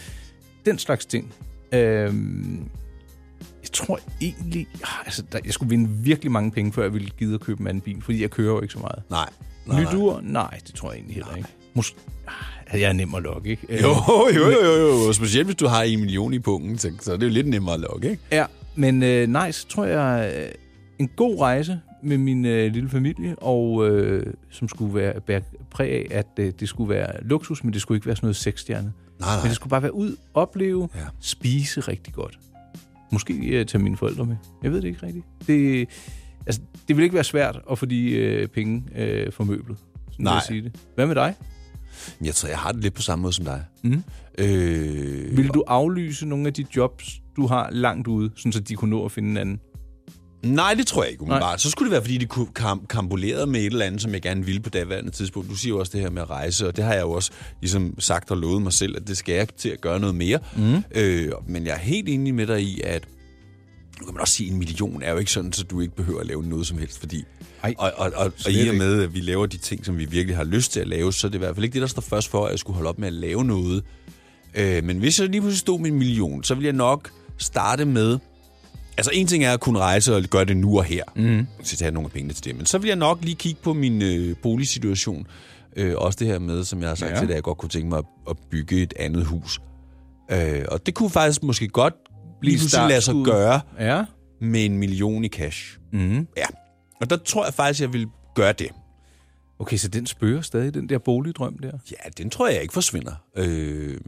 den slags ting. Øhm, jeg tror egentlig, ah, altså, der, jeg skulle vinde virkelig mange penge, før jeg ville gide at købe en anden bil, fordi jeg kører jo ikke så meget.
Nej.
nej Nyt ur? Nej, det tror jeg egentlig heller nej. ikke. Mås- ah, jeg er nem at lokke, ikke? Øh,
Jo, jo, jo, jo, jo. Specielt hvis du har en million i pungen, så, så er det jo lidt nemmere at lokke, ikke?
Ja, men øh, nej, så tror jeg, øh, en god rejse med min øh, lille familie, og øh, som skulle være bære præg af, at øh, det skulle være luksus, men det skulle ikke være sådan noget seksstjernet.
Nej, nej.
Men det skulle bare være ud, opleve, ja. spise rigtig godt. Måske øh, tage mine forældre med. Jeg ved det ikke rigtigt. Det, altså, det vil ikke være svært at få de øh, penge øh, for møblet. Sådan vil
Nej.
jeg Sige det. Hvad med dig?
Men Jeg tror, jeg har det lidt på samme måde som dig.
Mm.
Øh,
Vil du aflyse nogle af de jobs, du har langt ude, sådan så de kunne nå at finde en anden?
Nej, det tror jeg ikke umiddelbart. Nej. Så skulle det være, fordi det kunne kam- kambolerede med et eller andet, som jeg gerne ville på daværende tidspunkt. Du siger jo også det her med at rejse, og det har jeg jo også ligesom sagt og lovet mig selv, at det skal jeg til at gøre noget mere.
Mm.
Øh, men jeg er helt enig med dig i, at nu kan man også sige, at en million er jo ikke sådan, så du ikke behøver at lave noget som helst, fordi...
Ej,
og, og, og, og
slet
i og
ikke.
med, at vi laver de ting, som vi virkelig har lyst til at lave, så er det i hvert fald ikke det, der står først for, at jeg skulle holde op med at lave noget. Øh, men hvis jeg lige pludselig stod med en million, så ville jeg nok starte med... Altså, en ting er at kunne rejse og gøre det nu og her,
Mm.
så tage nogle af pengene til det. Men så vil jeg nok lige kigge på min øh, boligsituation. Øh, også det her med, som jeg har sagt
Ja.
ja. til dig, at jeg godt kunne tænke mig at, at bygge et andet hus. Øh, og det kunne faktisk måske godt lige pludselig lade sig
startskuddet.
gøre
Ja.
med en million i cash.
Mm.
Ja. Og der tror jeg faktisk, jeg vil gøre det.
Okay, så den spørger stadig, den der boligdrøm der?
Ja, den tror jeg ikke forsvinder. Øh,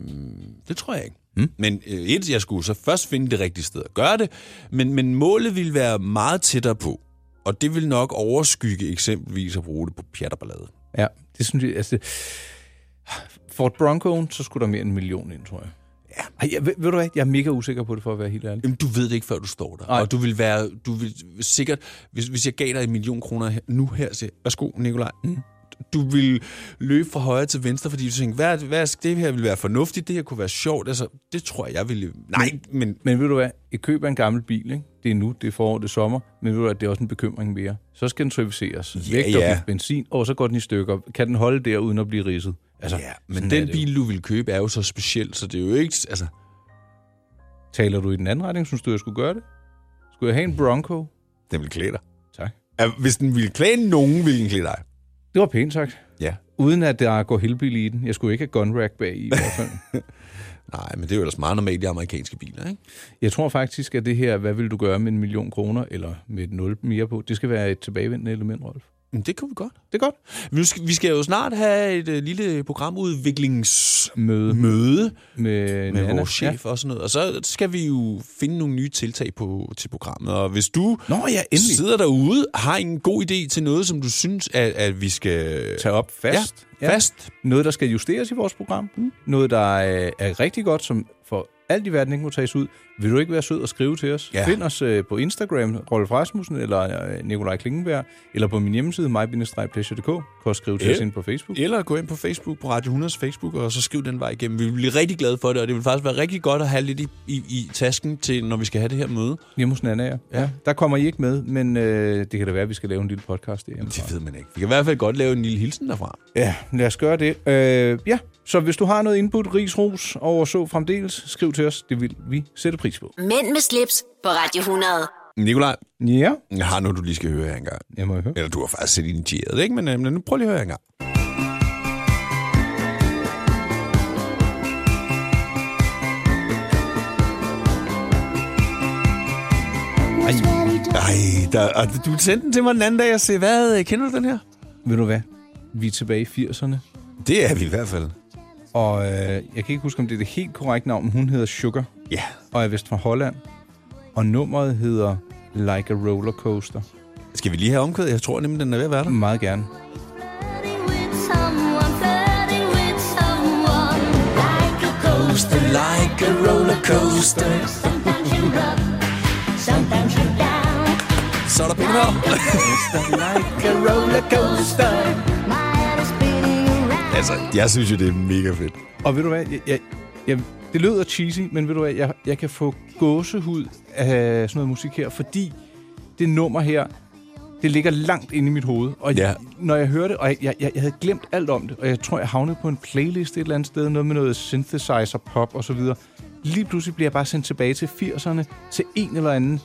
det tror jeg ikke. Mm. Men øh, et, jeg skulle så først finde det rigtige sted at gøre det, men, men målet ville være meget tættere på. Og det vil nok overskygge eksempelvis at bruge det på pjatterballade.
Ja, det synes jeg, altså... Ford Broncoen, så skulle der mere end en million ind, tror jeg. Ja. Ej, jeg, ved, ved du hvad, jeg er mega usikker på det, for at være helt ærlig.
Jamen, du ved det ikke, før du står der.
Nej.
Ej. Og du vil være, du vil sikkert, hvis, hvis jeg gav dig en million kroner her, nu her, siger, værsgo, Nikolaj. Mm. Du vil løbe fra højre til venstre, fordi du tænker, hvad, hvad skal det her vil være fornuftigt, det her kunne være sjovt, altså, det tror jeg, jeg ville... Nej, men...
Men ved du hvad, et køb af en gammel bil, ikke? det er nu, det er forår, det er sommer, men ved du hvad, det er også en bekymring mere. Så skal den serviceres,
Ja,
vægt
ja.
op i benzin, og så går den i stykker. Kan den holde der, uden at blive ridset? Altså, ja,
Men den bil, du vil købe, er jo så speciel, så det er jo ikke... Altså,
Taler du i den anden retning? Synes du, jeg skulle gøre det? Skulle jeg have en Bronco?
Den vil klæde dig.
Mm. Tak.
at hvis den ville klæde nogen, ville den klæde dig.
Det var pænt sagt.
Ja.
Uden at der går helbil i den. Jeg skulle ikke have gunrack bag i i hvert fald.
Nej, men det er jo ellers meget normalt i amerikanske biler, ikke?
Jeg tror faktisk, at det her, hvad vil du gøre med en million kroner, eller med et nul mere på, det skal være et tilbagevendende element, Rolf.
Men det kan vi godt.
Det er godt.
Vi skal, vi skal jo snart have et øh, lille programudviklingsmøde
Møde.
møde med
Med, Nana.
vores chef ja. og sådan noget. Og så skal vi jo finde nogle nye tiltag på, til programmet. Og hvis du
Nå ja, endelig.
sidder derude, har en god idé til noget, som du synes, at, at vi skal...
Tag op fast.
Ja, fast.
Noget, der skal justeres i vores program. Mm. Noget, der øh, er rigtig godt, som for alt i verden ikke må tages ud. Vil du ikke være sød og skrive til os?
Ja.
Find os øh, på Instagram, Rolf Rasmussen, eller øh, Nikolaj Klingenberg, eller på min hjemmeside, my-pleasure.dk. Kan også skrive til
Ja.
os ind på Facebook.
Eller gå ind på Facebook, på Radio 100's Facebook, og så skriv den vej igennem. Vi vil blive rigtig glade for det, og det vil faktisk være rigtig godt at have lidt i, i, i tasken, til, når vi skal have det her møde.
Hjemme hos Nana, ja. ja. Der kommer I ikke med, men øh, det kan da være, at vi skal lave en lille podcast derhjemme.
Det ved man ikke. Vi kan i hvert fald godt lave en lille hilsen derfra.
Ja, lad os gøre det. Øh, ja, så hvis du har noget input, ris, ros og så fremdeles, skriv til os. Det vil vi sætte pris på.
Mænd med slips på Radio 100.
Nikolaj,
Ja,
jeg har noget, du lige skal høre her engang.
jeg må høre.
Eller du har faktisk selv initieret det, ikke? Men, øh, men nu prøv lige at høre her engang. Ej, Ej der, og du sendte den til mig den anden dag, og sagde, hvad, øh, kender du den her?
Ved du hvad? Vi er tilbage i 80'erne,
Det er vi i hvert fald.
og øh, jeg kan ikke huske, om det er det helt korrekte navn, men hun hedder Sugar,
Ja.
og er vist fra Holland, og nummeret hedder Like a Roller Coaster.
Skal vi lige have omkvædet? Jeg tror nemlig, den er ved at være der.
Meget gerne.
Coaster like a roller coaster. Sometimes you up, sometimes you down.
Så er der penge her.
Like a roller coaster. My head is spinning around.
altså, jeg synes jo, det er mega fedt.
Og ved du hvad? Jeg, jeg, jeg, det lyder cheesy, men ved du hvad? Jeg, jeg kan få gåsehud af sådan noget musik her, fordi det nummer her, det ligger langt inde i mit hoved. Og
Ja.
jeg, når jeg hørte det, og jeg, jeg, jeg havde glemt alt om det, og jeg tror, jeg havnede på en playlist et eller andet sted, noget med noget synthesizer pop og så videre. Lige pludselig bliver jeg bare sendt tilbage til 80'erne, til en eller anden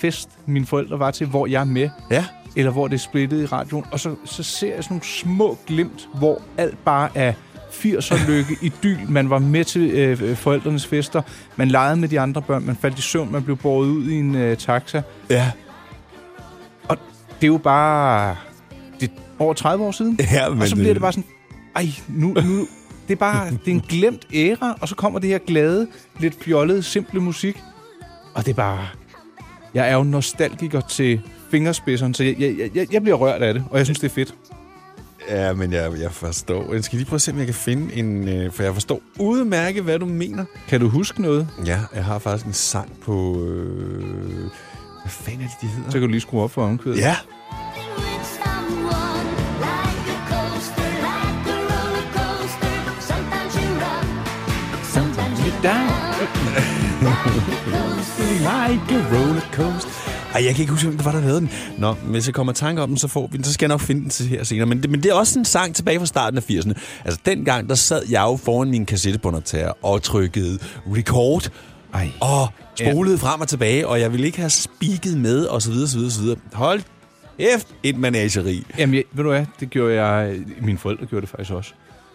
fest, mine forældre var til, hvor jeg er med
Ja.
eller hvor det er splittet i radioen, og så, så ser jeg sådan nogle små glimt, hvor alt bare er 80'er lykke, idyl, man var med til øh, øh, forældrenes fester, man legede med de andre børn, man faldt i søvn, man blev båret ud i en øh, taxa.
Ja.
Og det er jo bare det er over 30 år siden.
Ja, men øh,
og så bliver det bare sådan, ej, nu, nu det er bare det er en glemt æra, og så kommer det her glade, lidt fjollede, simple musik. Og det er bare... Jeg er jo nostalgiker til fingerspidserne, så jeg, jeg, jeg, jeg bliver rørt af det, og jeg synes, det er fedt.
Ja, men jeg, jeg forstår. Jeg skal lige prøve at se, om jeg kan finde en... Øh, for jeg forstår udmærket, hvad du mener.
Kan du huske noget?
Ja, jeg har faktisk en sang på... Øh, hvad fanden er det, de hedder?
Så kan du lige skrue op for omkvædet.
Ja.
With someone like a coaster, like a roller coaster. Sometimes you up, sometimes you down.
Like a roller coaster. Ej, jeg kan ikke huske, hvem det var, der lavede den. Nå, men hvis jeg kommer i tanke om den, så, får vi den. så skal jeg nok finde den til her senere. Men det, men det er også en sang tilbage fra starten af 80'erne. Altså, dengang, der sad jeg jo foran min kassettebåndoptager og trykkede record.
Ej.
Og spolede frem og tilbage, og jeg ville ikke have spiket med, og så videre, så videre, så videre. Hold efter et manageri.
Jamen, jeg, ved du hvad, det gjorde jeg... Mine forældre gjorde det faktisk også.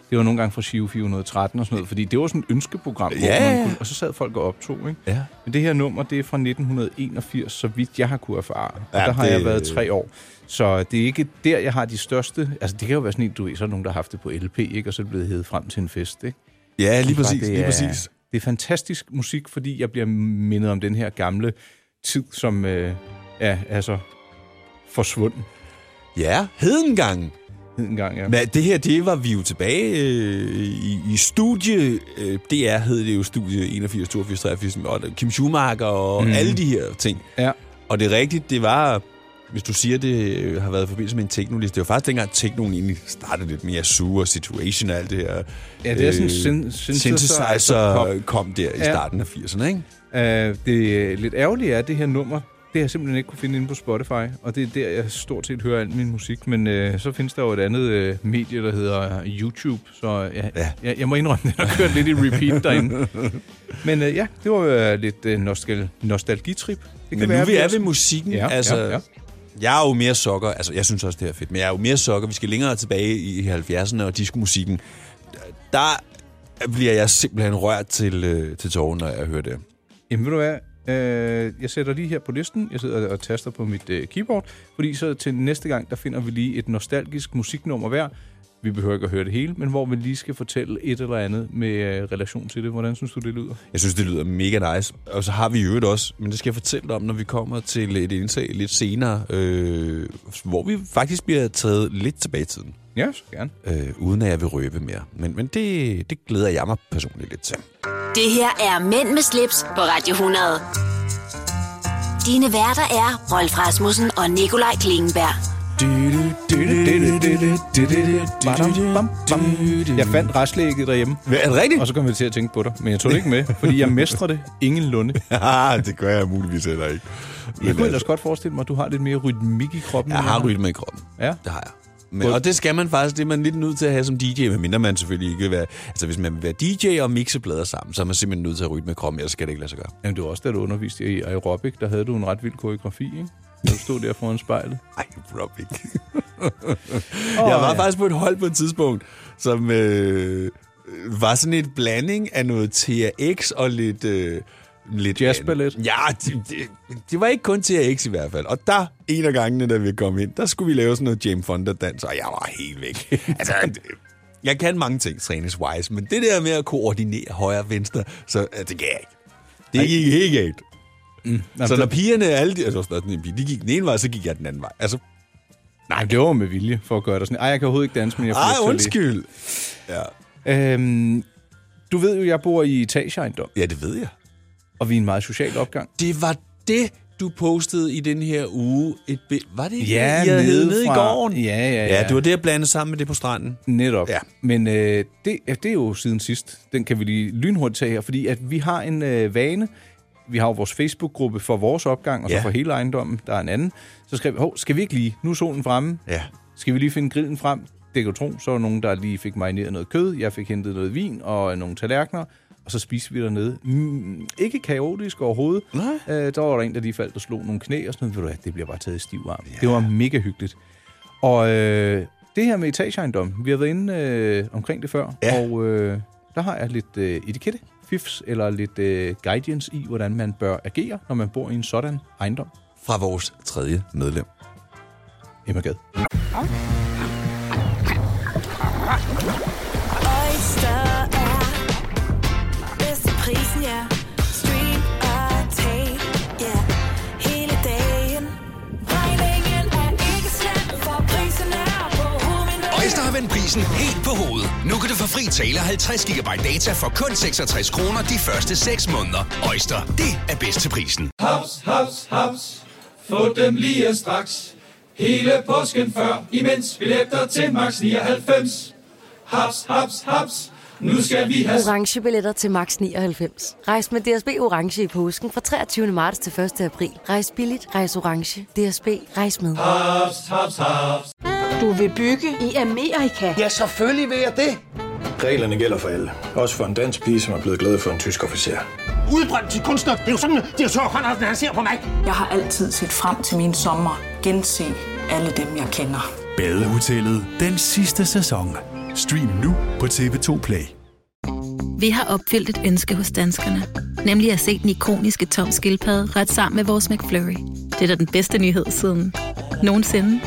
Det var nogle gange fra Shio 413 og sådan noget, fordi det var sådan et ønskeprogram, hvor
Ja,
man
ja.
kunne, og så sad folk og optog, ikke?
Ja.
Men det her nummer, det er fra 1981, så vidt jeg har kunne erfare. Og
Ja,
ja, der har
det-
det... jeg været tre år. Så det er ikke der, jeg har de største... Altså, det kan jo være sådan en, du ved, så er der nogen, der har haft det på LP, ikke? Og så er det blevet hævet frem til en fest, ikke?
Ja, lige
Bare,
præcis,
det
lige
er-
præcis.
Det er fantastisk musik, fordi jeg bliver mindet om den her gamle tid, som øh, er altså forsvundet
Ja, hedengangen.
en gang. Ja.
Men det her, det var vi jo tilbage øh, i, i studie. Øh, DR hed det jo studie 81, 82, 83, og der- Kim Schumacher og mm.
Mhm.
alle de her ting.
ja.
Og det er rigtigt, det var, hvis du siger, det øh, har været i forbindelse med en teknolist, det var faktisk dengang teknoen egentlig startede lidt mere suge og situation og alt det her.
Ja, det er sådan syn- synthesizer-
Øh, synthesizer
pop.
kom der i
Ja.
starten af 80'erne, ikke?
Øh, det øh, lidt ærgerlige er, at det her nummer, det har jeg simpelthen ikke kunne finde inde på Spotify, og det er der, jeg stort set hører al min musik, men øh, så findes der jo et andet øh, medie, der hedder øh, YouTube, så jeg,
Ja.
ja. jeg, jeg må indrømme, den har kørt lidt i repeat derinde. Men øh, ja, det var øh, lidt øh, nostal- nostalgitrip. Det kan
Men nu vi er
også-
ved musikken,
Ja,
altså...
ja, ja.
Jeg er jo mere sokker, altså jeg synes også, det er fedt, men jeg er jo mere sokker. Vi skal længere tilbage i 70'erne og diskomusikken. Der bliver jeg simpelthen rørt til, øh, til tårer, når jeg hører det.
Jamen ved du hvad, øh, jeg sætter lige her på listen, jeg sidder og taster på mit øh, keyboard, fordi så til næste gang, der finder vi lige et nostalgisk musiknummer hver. Vi behøver ikke at høre det hele, men hvor vi lige skal fortælle et eller andet med øh, relation til det. Hvordan synes du, det lyder?
Jeg synes, det lyder mega nice. Og så har vi i øvrigt også, men det skal jeg fortælle dig om, når vi kommer til et indslag lidt senere, øh, hvor vi faktisk bliver taget lidt tilbage i tiden.
Ja, så gerne.
Øh, uden at jeg vil røbe mere. Men, men det, det glæder jeg mig personligt lidt til.
Det her er Mænd med slips på Radio 100. Dine værter er Rolf Rasmussen og Nikolaj Klingenberg.
Jeg fandt restlægget derhjemme.
Er det rigtigt?
Og så kom jeg til at tænke på dig. Men jeg tog det ikke med, fordi jeg mestrer det ingenlunde.
Ja, det gør jeg muligvis heller ikke. altså,
Jeg kunne ellers godt forestille mig, at du har lidt mere rytmik i kroppen.
Jeg
end
har rytme i kroppen.
Ja.
Det har jeg. Men, og det skal man faktisk, det er man lidt nødt til at have som DJ, medmindre man selvfølgelig ikke vil være... Altså, hvis man vil være DJ og mixe plader sammen, så er man simpelthen nødt til at rytme med kroppen, ellers skal det ikke lade sig gøre.
Jamen, det var også, da du underviste i aerobic, der havde du en ret vild koreografi, ikke? Når du stod der foran spejlet.
Ej, aerobic. Oh, jeg var ja. faktisk på et hold på et tidspunkt, som øh, var sådan et blanding af noget TRX og lidt... Øh, lidt
Jazzballet?
Ja, det, det, det var ikke kun TRX i hvert fald. Og der, en af gangene, da vi kom ind, der skulle vi lave sådan noget James Fonda-dans, og jeg var helt væk. altså, det- jeg kan mange ting træningswise, men det der med at koordinere højre og venstre, så øh, det kan jeg ikke. Det gik helt galt.
Nå,
Så
men
når
det-
pigerne, alle de, altså, når den, de gik den ene vej, så gik jeg den anden vej. Altså,
Nej, det var med vilje for at gøre dig sådan. Ej, jeg kan overhovedet ikke danse, men jeg får
ej,
lyst til lige-
undskyld. Ja.
Øhm, du ved jo, jeg bor i etageejendom.
Ja, det ved jeg.
Og vi er en meget social opgang.
Det var det, du postede i den her uge. Et bild. Var det ikke
Ja,
det, I havde
nede
hævet nede i
fra-
gården?
Ja, ja, ja.
ja, det var det, jeg blandede sammen med det på stranden.
Netop.
Ja.
Men øh, det, ja, det er jo siden sidst. Den kan vi lige lynhurtigt tage her, fordi at vi har en øh, vane. Vi har jo vores Facebook-gruppe for vores opgang, og ja.
Ja.
så for hele ejendommen. Der er en anden. Så skrev vi, hov, skal vi ikke lige? Nu er solen fremme.
Ja.
Skal vi lige finde grillen frem? Det kan du tro. Så var der nogen, der lige fik marineret noget kød. Jeg fik hentet noget vin og øh, nogle tallerkener. Og så spiste vi dernede. Mm, ikke kaotisk overhovedet. Øh, der var der en, der lige faldt og slog nogle knæ og sådan noget. Ved du hvad, det bliver bare taget i stiv arm. Ja. Det var mega hyggeligt. Og øh, det her med etageejendom, vi har været inde øh, omkring det før, ja. og øh, der har jeg lidt øh, etikette, fifs eller lidt øh, guidance i, hvordan man bør agere, når man bor i en sådan ejendom.
Fra vores tredje medlem.
Emma Gad.
Oyster er bedst til prisen, ja. Stream og tag, ja. Hele dagen. Regningen er ikke slem, for prisen er på hovedet.
Øjster har vendt prisen helt på hovedet. Nu kan du få fri tale 50 GB data for kun 66 kroner de første 6 måneder. Øjster, det er bedst til prisen.
Haps, haps, haps. Få dem lige straks. Hele påsken før, imens billetter til max 99. Haps, haps, haps. Nu skal vi have...
Orange billetter til max 99. Rejs med DSB Orange i påsken fra 23. marts til 1. april. Rejs billigt, rejs orange. DSB, rejs med.
Haps, haps, haps.
Du vil bygge i Amerika? Ja, selvfølgelig vil jeg det.
Reglerne gælder for alle. Også for en dansk pige, som er blevet glad for en tysk officer.
Udbrøndt til kunstner. Det er jo sådan, at de har tørt, Conradsen, han ser på mig.
Jeg har altid set frem til min sommer, gense alle dem, jeg kender.
Badehotellet den sidste sæson. Stream nu på TV2 Play.
Vi har opfyldt et ønske hos danskerne. Nemlig at se den ikoniske tom skildpadde ret sammen med vores McFlurry. Det er da den bedste nyhed siden nogensinde.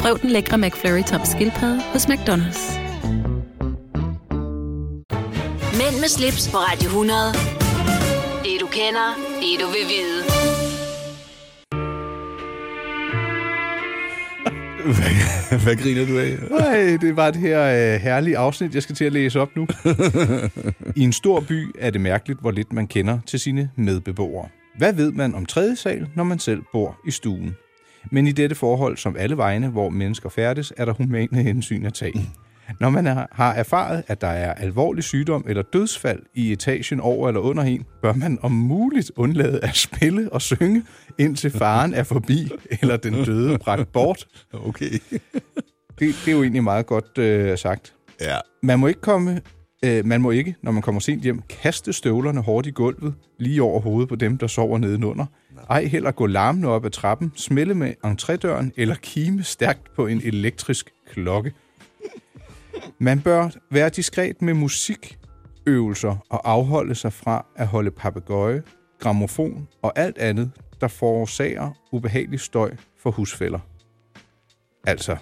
Prøv den lækre McFlurry tom skildpadde hos McDonald's.
Mænd med slips på Radio 100. Det du kender, det du vil vide.
Hvad, hvad griner du af?
Nej, det var det her øh, herlige afsnit, jeg skal til at læse op nu. I en stor by er det mærkeligt, hvor lidt man kender til sine medbeboere. Hvad ved man om tredje sal, når man selv bor i stuen? Men i dette forhold, som alle vegne, hvor mennesker færdes, er der humane hensyn at tage. Når man er- har erfaret, at der er alvorlig sygdom eller dødsfald i etagen over eller under en, bør man om muligt undlade at spille og synge, indtil faren er forbi eller den døde bragt bort.
Okay.
Det, det er jo egentlig meget godt øh, sagt.
Ja.
Man må ikke komme, øh, man må ikke, når man kommer sent hjem, kaste støvlerne hårdt i gulvet, lige over hovedet på dem, der sover nedenunder. Ej heller gå larmende op ad trappen, smelle med entrédøren eller kime stærkt på en elektrisk klokke. Man bør være diskret med musik, øvelser og afholde sig fra at holde papegøje, gramofon og alt andet, der forårsager ubehagelig støj for husfælder. Altså,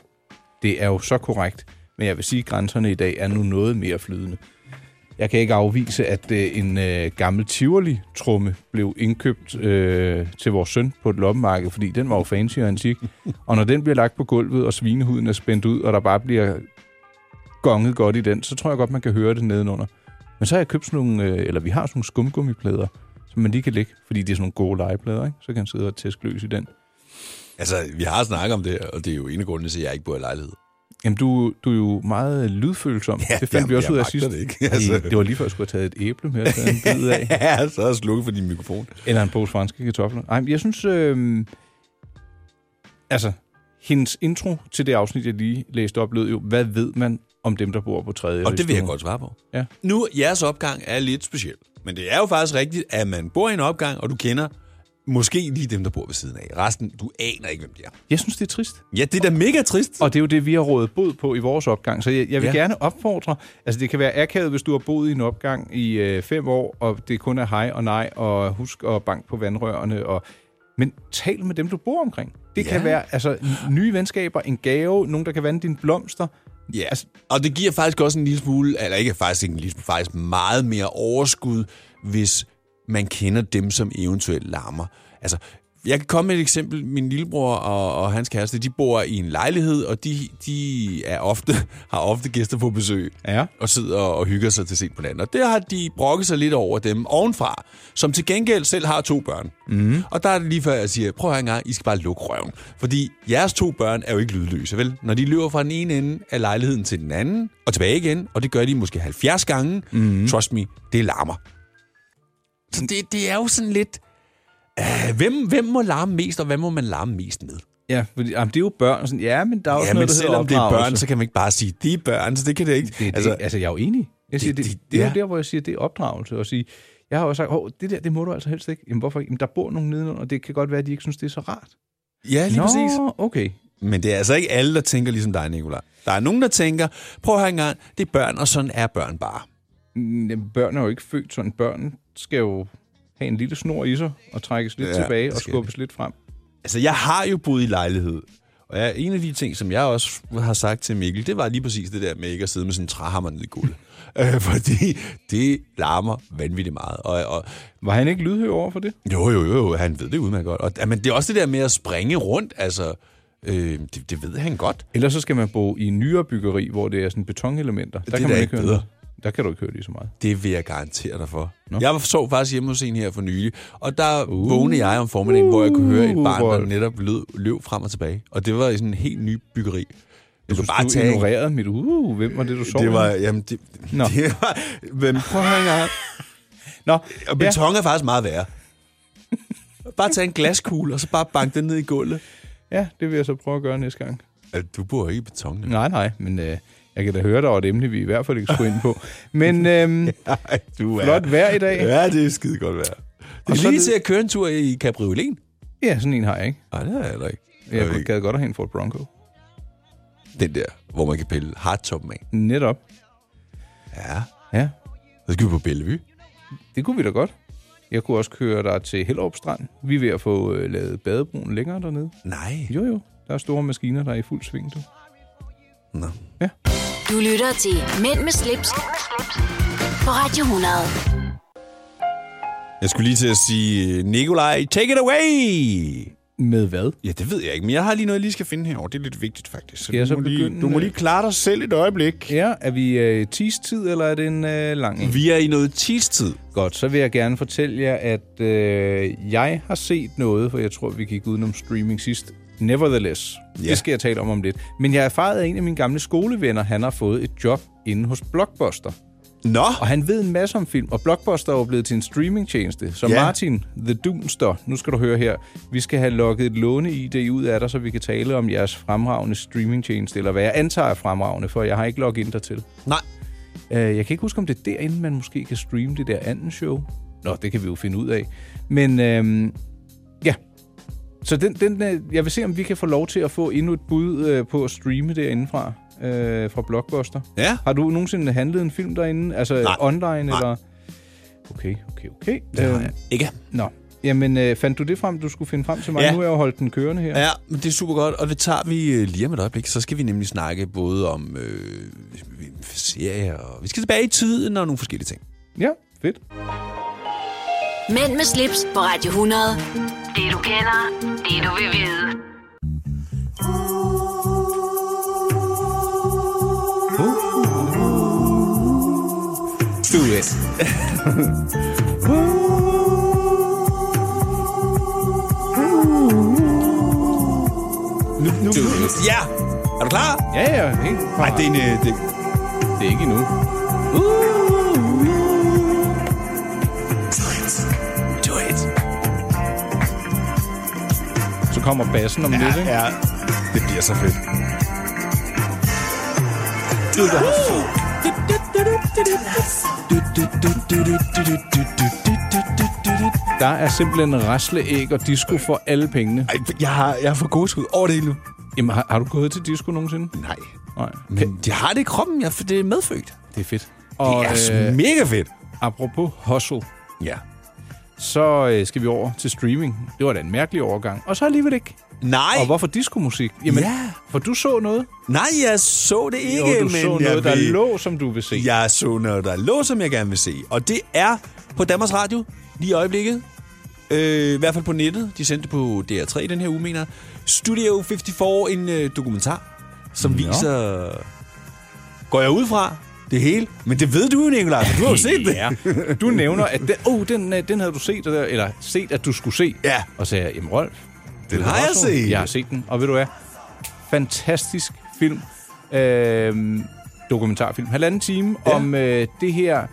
det er jo så korrekt, men jeg vil sige, at grænserne i dag er nu noget mere flydende. Jeg kan ikke afvise, at øh, en øh, gammel Tivoli-trumme blev indkøbt øh, til vores søn på et loppemarked, fordi den var jo fancy og antik. Og når den bliver lagt på gulvet, og svinehuden er spændt ud, og der bare bliver gonget godt i den, så tror jeg godt, man kan høre det nedenunder. Men så har jeg købt sådan nogle, øh, eller vi har sådan nogle skumgummiplader, som man lige kan lægge, fordi det er sådan nogle gode legeplader, ikke? Så kan han sidde og tæske løs i den.
Altså, vi har snakket om det her, og det er jo en af grundene til, at jeg ikke bor i lejlighed.
Jamen, du, du er jo meget lydfølsom. Ja, det fandt
jamen,
vi også
jeg
ud af
magter
sidst.
det ikke,
altså.
altså.
Ej, det var lige før, jeg skulle have taget et æble med og taget en bid af.
ja, så er jeg slukket for din mikrofon.
Eller en pose franske kartofler. Ej, men jeg synes... Øh, altså, hendes intro til det afsnit, jeg lige læste op, lød jo, hvad ved man om dem, der bor på tredje
Og det vil jeg
højstue?
godt svare på.
Ja.
Nu, jeres opgang er lidt speciel. Men det er jo faktisk rigtigt, at man bor i en opgang, og du kender måske lige dem, der bor ved siden af. Resten, du aner ikke, hvem de er.
Jeg synes, det er trist.
Ja, det er da mega trist.
Og det er jo det, vi har rådet bod på i vores opgang. Så jeg, jeg vil
Ja.
ja. gerne opfordre... Altså, det kan være akavet, hvis du har boet i en opgang i øh, fem år, og det kun er hej og nej, og husk at banke på vandrørene. Og, men tal med dem, du bor omkring. Det ja. kan være altså, n- nye venskaber, en gave, nogen, der kan vande dine blomster.
Ja, altså, og det giver faktisk også en lille smule, eller ikke faktisk ikke en lille smule, faktisk meget mere overskud, hvis man kender dem, som eventuelt larmer. Altså, jeg kan komme med et eksempel. Min lillebror og, og hans kæreste, de bor i en lejlighed, og de, de er ofte, har ofte gæster på besøg
ja.
og sidder og hygger sig til sent på natten. Og der har de brokket sig lidt over dem ovenfra, som til gengæld selv har to børn.
Mhm.
Mm. Og der er det lige før, jeg siger, prøv at høre en gang, I skal bare lukke røven. Fordi jeres to børn er jo ikke lydløse, vel? Når de løber fra den ene ende af lejligheden til den anden, og tilbage igen, og det gør de måske 70 gange,
Mhm.
mm. trust me, det larmer. Så det, det er jo sådan lidt... Øh, hvem, hvem må larme mest, og hvad må man larme mest med?
Ja, fordi, jamen, det er jo børn. Sådan, ja, men der er også
Ja, men
noget, der hedder
selvom det er børn,
opdragelse.
så kan man ikke bare sige, de er børn, så det kan det ikke.
Det, altså, det, altså, jeg er jo enig. Jeg siger, det, det, det, det er
ja.
jo der, hvor jeg siger, det er opdragelse. At sige, jeg har jo sagt, "Hov, det der, det må du altså helst ikke. Jamen, hvorfor ikke? Jamen, der bor nogen nedenunder, og det kan godt være, at de ikke synes, det er så rart.
Ja, lige
Nå,
præcis.
okay.
Men det er altså ikke alle, der tænker ligesom dig, Nicolaj. Der er nogen, der tænker, prøv at høre en gang, det er børn, og sådan er børn bare.
Mm, jamen, Børn er jo ikke født sådan. Børn skal jo have en lille snor i sig, og trækkes lidt
Ja,
ja, tilbage,
det
og
skal
skubbes lidt frem.
Altså, jeg har jo boet i lejlighed. Og jeg, en af de ting, som jeg også har sagt til Mikkel, det var lige præcis det der med ikke at sidde med sådan en træhammer ned i gulvet. øh, fordi det larmer vanvittigt meget. Og, og,
Var han ikke lydhør over for det?
Jo, jo, jo, jo, han ved det udmærket godt. Og, men det er også det der med at springe rundt, altså, øh, det, det ved han godt.
Ellers så skal man bo i nyere byggeri, hvor det er sådan betonelementer. Der
er da
kan
ikke
man ikke høre
bedre.
noget. Der kan du ikke høre lige så meget.
Det vil jeg garantere dig for. Nå. Jeg så faktisk hjemme hos en her for nylig, og der uh, vågnede jeg om formiddagen, uh, hvor jeg kunne høre et barn, der
Rolf.
netop lød, løb frem og tilbage. Og det var i sådan en helt ny byggeri. Du kan
Synes,
bare
du
tage...
ignorerede mit, uh, hvem var det, du så?
Det var... Jamen, det,
Nå.
det var... Men prøv at høre en gang.
Nå,
Og beton er faktisk meget værre. Bare tage en glaskugle, og så bare banke den ned i gulvet.
Ja, det vil jeg så prøve at gøre næste gang.
Altså, du bor ikke i beton. nemlig.
Nej, nej, men øh, jeg kan da høre, der var et emne, vi i hvert fald ikke skulle ind på. Men øhm,
Ej, du er...
flot vejr i dag.
Ja, det er skide godt vejr. Det
Og
er
så
lige
det-
til at køre en tur i Cabriolet.
Ja, sådan en har jeg ikke.
Nej, det har jeg heller ikke.
Jeg
Øh,
kunne- gad godt at have en Ford Bronco.
Den der, hvor man kan pille hardtoppen af.
Netop.
Ja.
Ja.
Så skal vi på Bellevue.
Det kunne vi da godt. Jeg kunne også køre dig til Hellerup Strand. Vi er ved at få øh, lavet badebroen længere dernede.
Nej.
Jo, jo. Der er store maskiner, der er i fuld sving, du.
Nå.
Du lytter til Mænd med slips, på Radio 100.
Jeg skulle lige til at sige, øh, Nikolaj, take it away!
Med hvad?
Ja, det ved jeg ikke, men jeg har lige noget, jeg lige skal finde herovre. Det er lidt vigtigt, faktisk.
Skal jeg så
du, må lige,
begynde,
du må
øh?
lige klare dig selv et øjeblik.
Ja, er vi øh, tid eller er det en øh, lang en?
Vi er i noget tid.
Godt, så vil jeg gerne fortælle jer, at øh, jeg har set noget, for jeg tror, vi gik udenom streaming sidst. Nevertheless.
Ja.
Det skal jeg tale om om lidt. Men jeg har erfaret, at en af mine gamle skolevenner, han har fået et job inde hos Blockbuster.
Nå!
Og han ved en masse om film, og Blockbuster er jo blevet til en streamingtjeneste. Så
Ja.
ja. Martin, The Doomster, nu skal du høre her. Vi skal have lukket et låne-ID ud af dig, så vi kan tale om jeres fremragende streamingtjeneste, eller hvad jeg antager er fremragende, for jeg har ikke logget ind dertil.
Nej.
Øh, Jeg kan ikke huske, om det er derinde, man måske kan streame det der anden show. Nå, det kan vi jo finde ud af. Men øhm, ja, så den, den, øh, jeg vil se, om vi kan få lov til at få endnu et bud øh, på at streame derindefra. øh, fra Blockbuster.
Ja.
Har du nogensinde handlet en film derinde? Altså
Nej.
online
Nej.
eller... Okay, okay, okay.
Det har
Øhm,
jeg ikke.
Nå. Jamen, øh, fandt du det frem, du skulle finde frem til mig?
Ja.
Nu har jeg jo holdt den kørende her.
Ja, men det er super godt, og det tager vi øh, lige om et øjeblik. Så skal vi nemlig snakke både om øh, serier, og vi skal tilbage i tiden og nogle forskellige ting.
Ja, fedt.
Mænd med slips på Radio 100. Det du kender, det du vil vide.
Do it. nu, nu, Do it. Ja! Er du klar?
Ja, ja, helt klar.
Nej, det er en... øh, Det,
det er ikke endnu.
Do it.
Så kommer bassen om ja, lidt, ikke?
Ja, det bliver så fedt. Du er
Der er simpelthen rasleæg og disco for alle pengene. Ej,
jeg har, jeg har for gode skud over det hele nu.
Jamen, har, har du gået til disco nogensinde?
Nej.
Nej.
Men de har det i kroppen, jeg, for det er medfødt.
Det er fedt.
er mega fedt.
øh, Apropos hustle.
Ja.
Så øh, skal vi over til streaming. Det var da en mærkelig overgang. Og så alligevel ikke.
Nej.
Og hvorfor diskomusik? Jamen,
Ja.
for du så noget.
Nej, jeg så det ikke,
jo, du
men
så noget,
jeg
der
vil-
lå, som du vil se.
Jeg så noget, der lå, som jeg gerne vil se. Og det er på Danmarks Radio lige i øjeblikket. Øh, I hvert fald på nettet. De sendte det på DR3 den her uge, mener jeg. Studio 54, en øh, dokumentar, som
Nå.
viser... Går jeg ud fra det hele? Men det ved du jo, Nicolaj, for du har jo set det.
Ja. Du nævner, at den, oh, den, øh, den havde du set, eller- eller set, at du skulle se.
Ja.
Og så sagde jeg, jamen Rolf,
Den
ved du
har jeg
også,
set."
Jeg har set den, og ved du hvad? Fantastisk film. Øhm, dokumentarfilm. Halvanden time ja. om øh, det her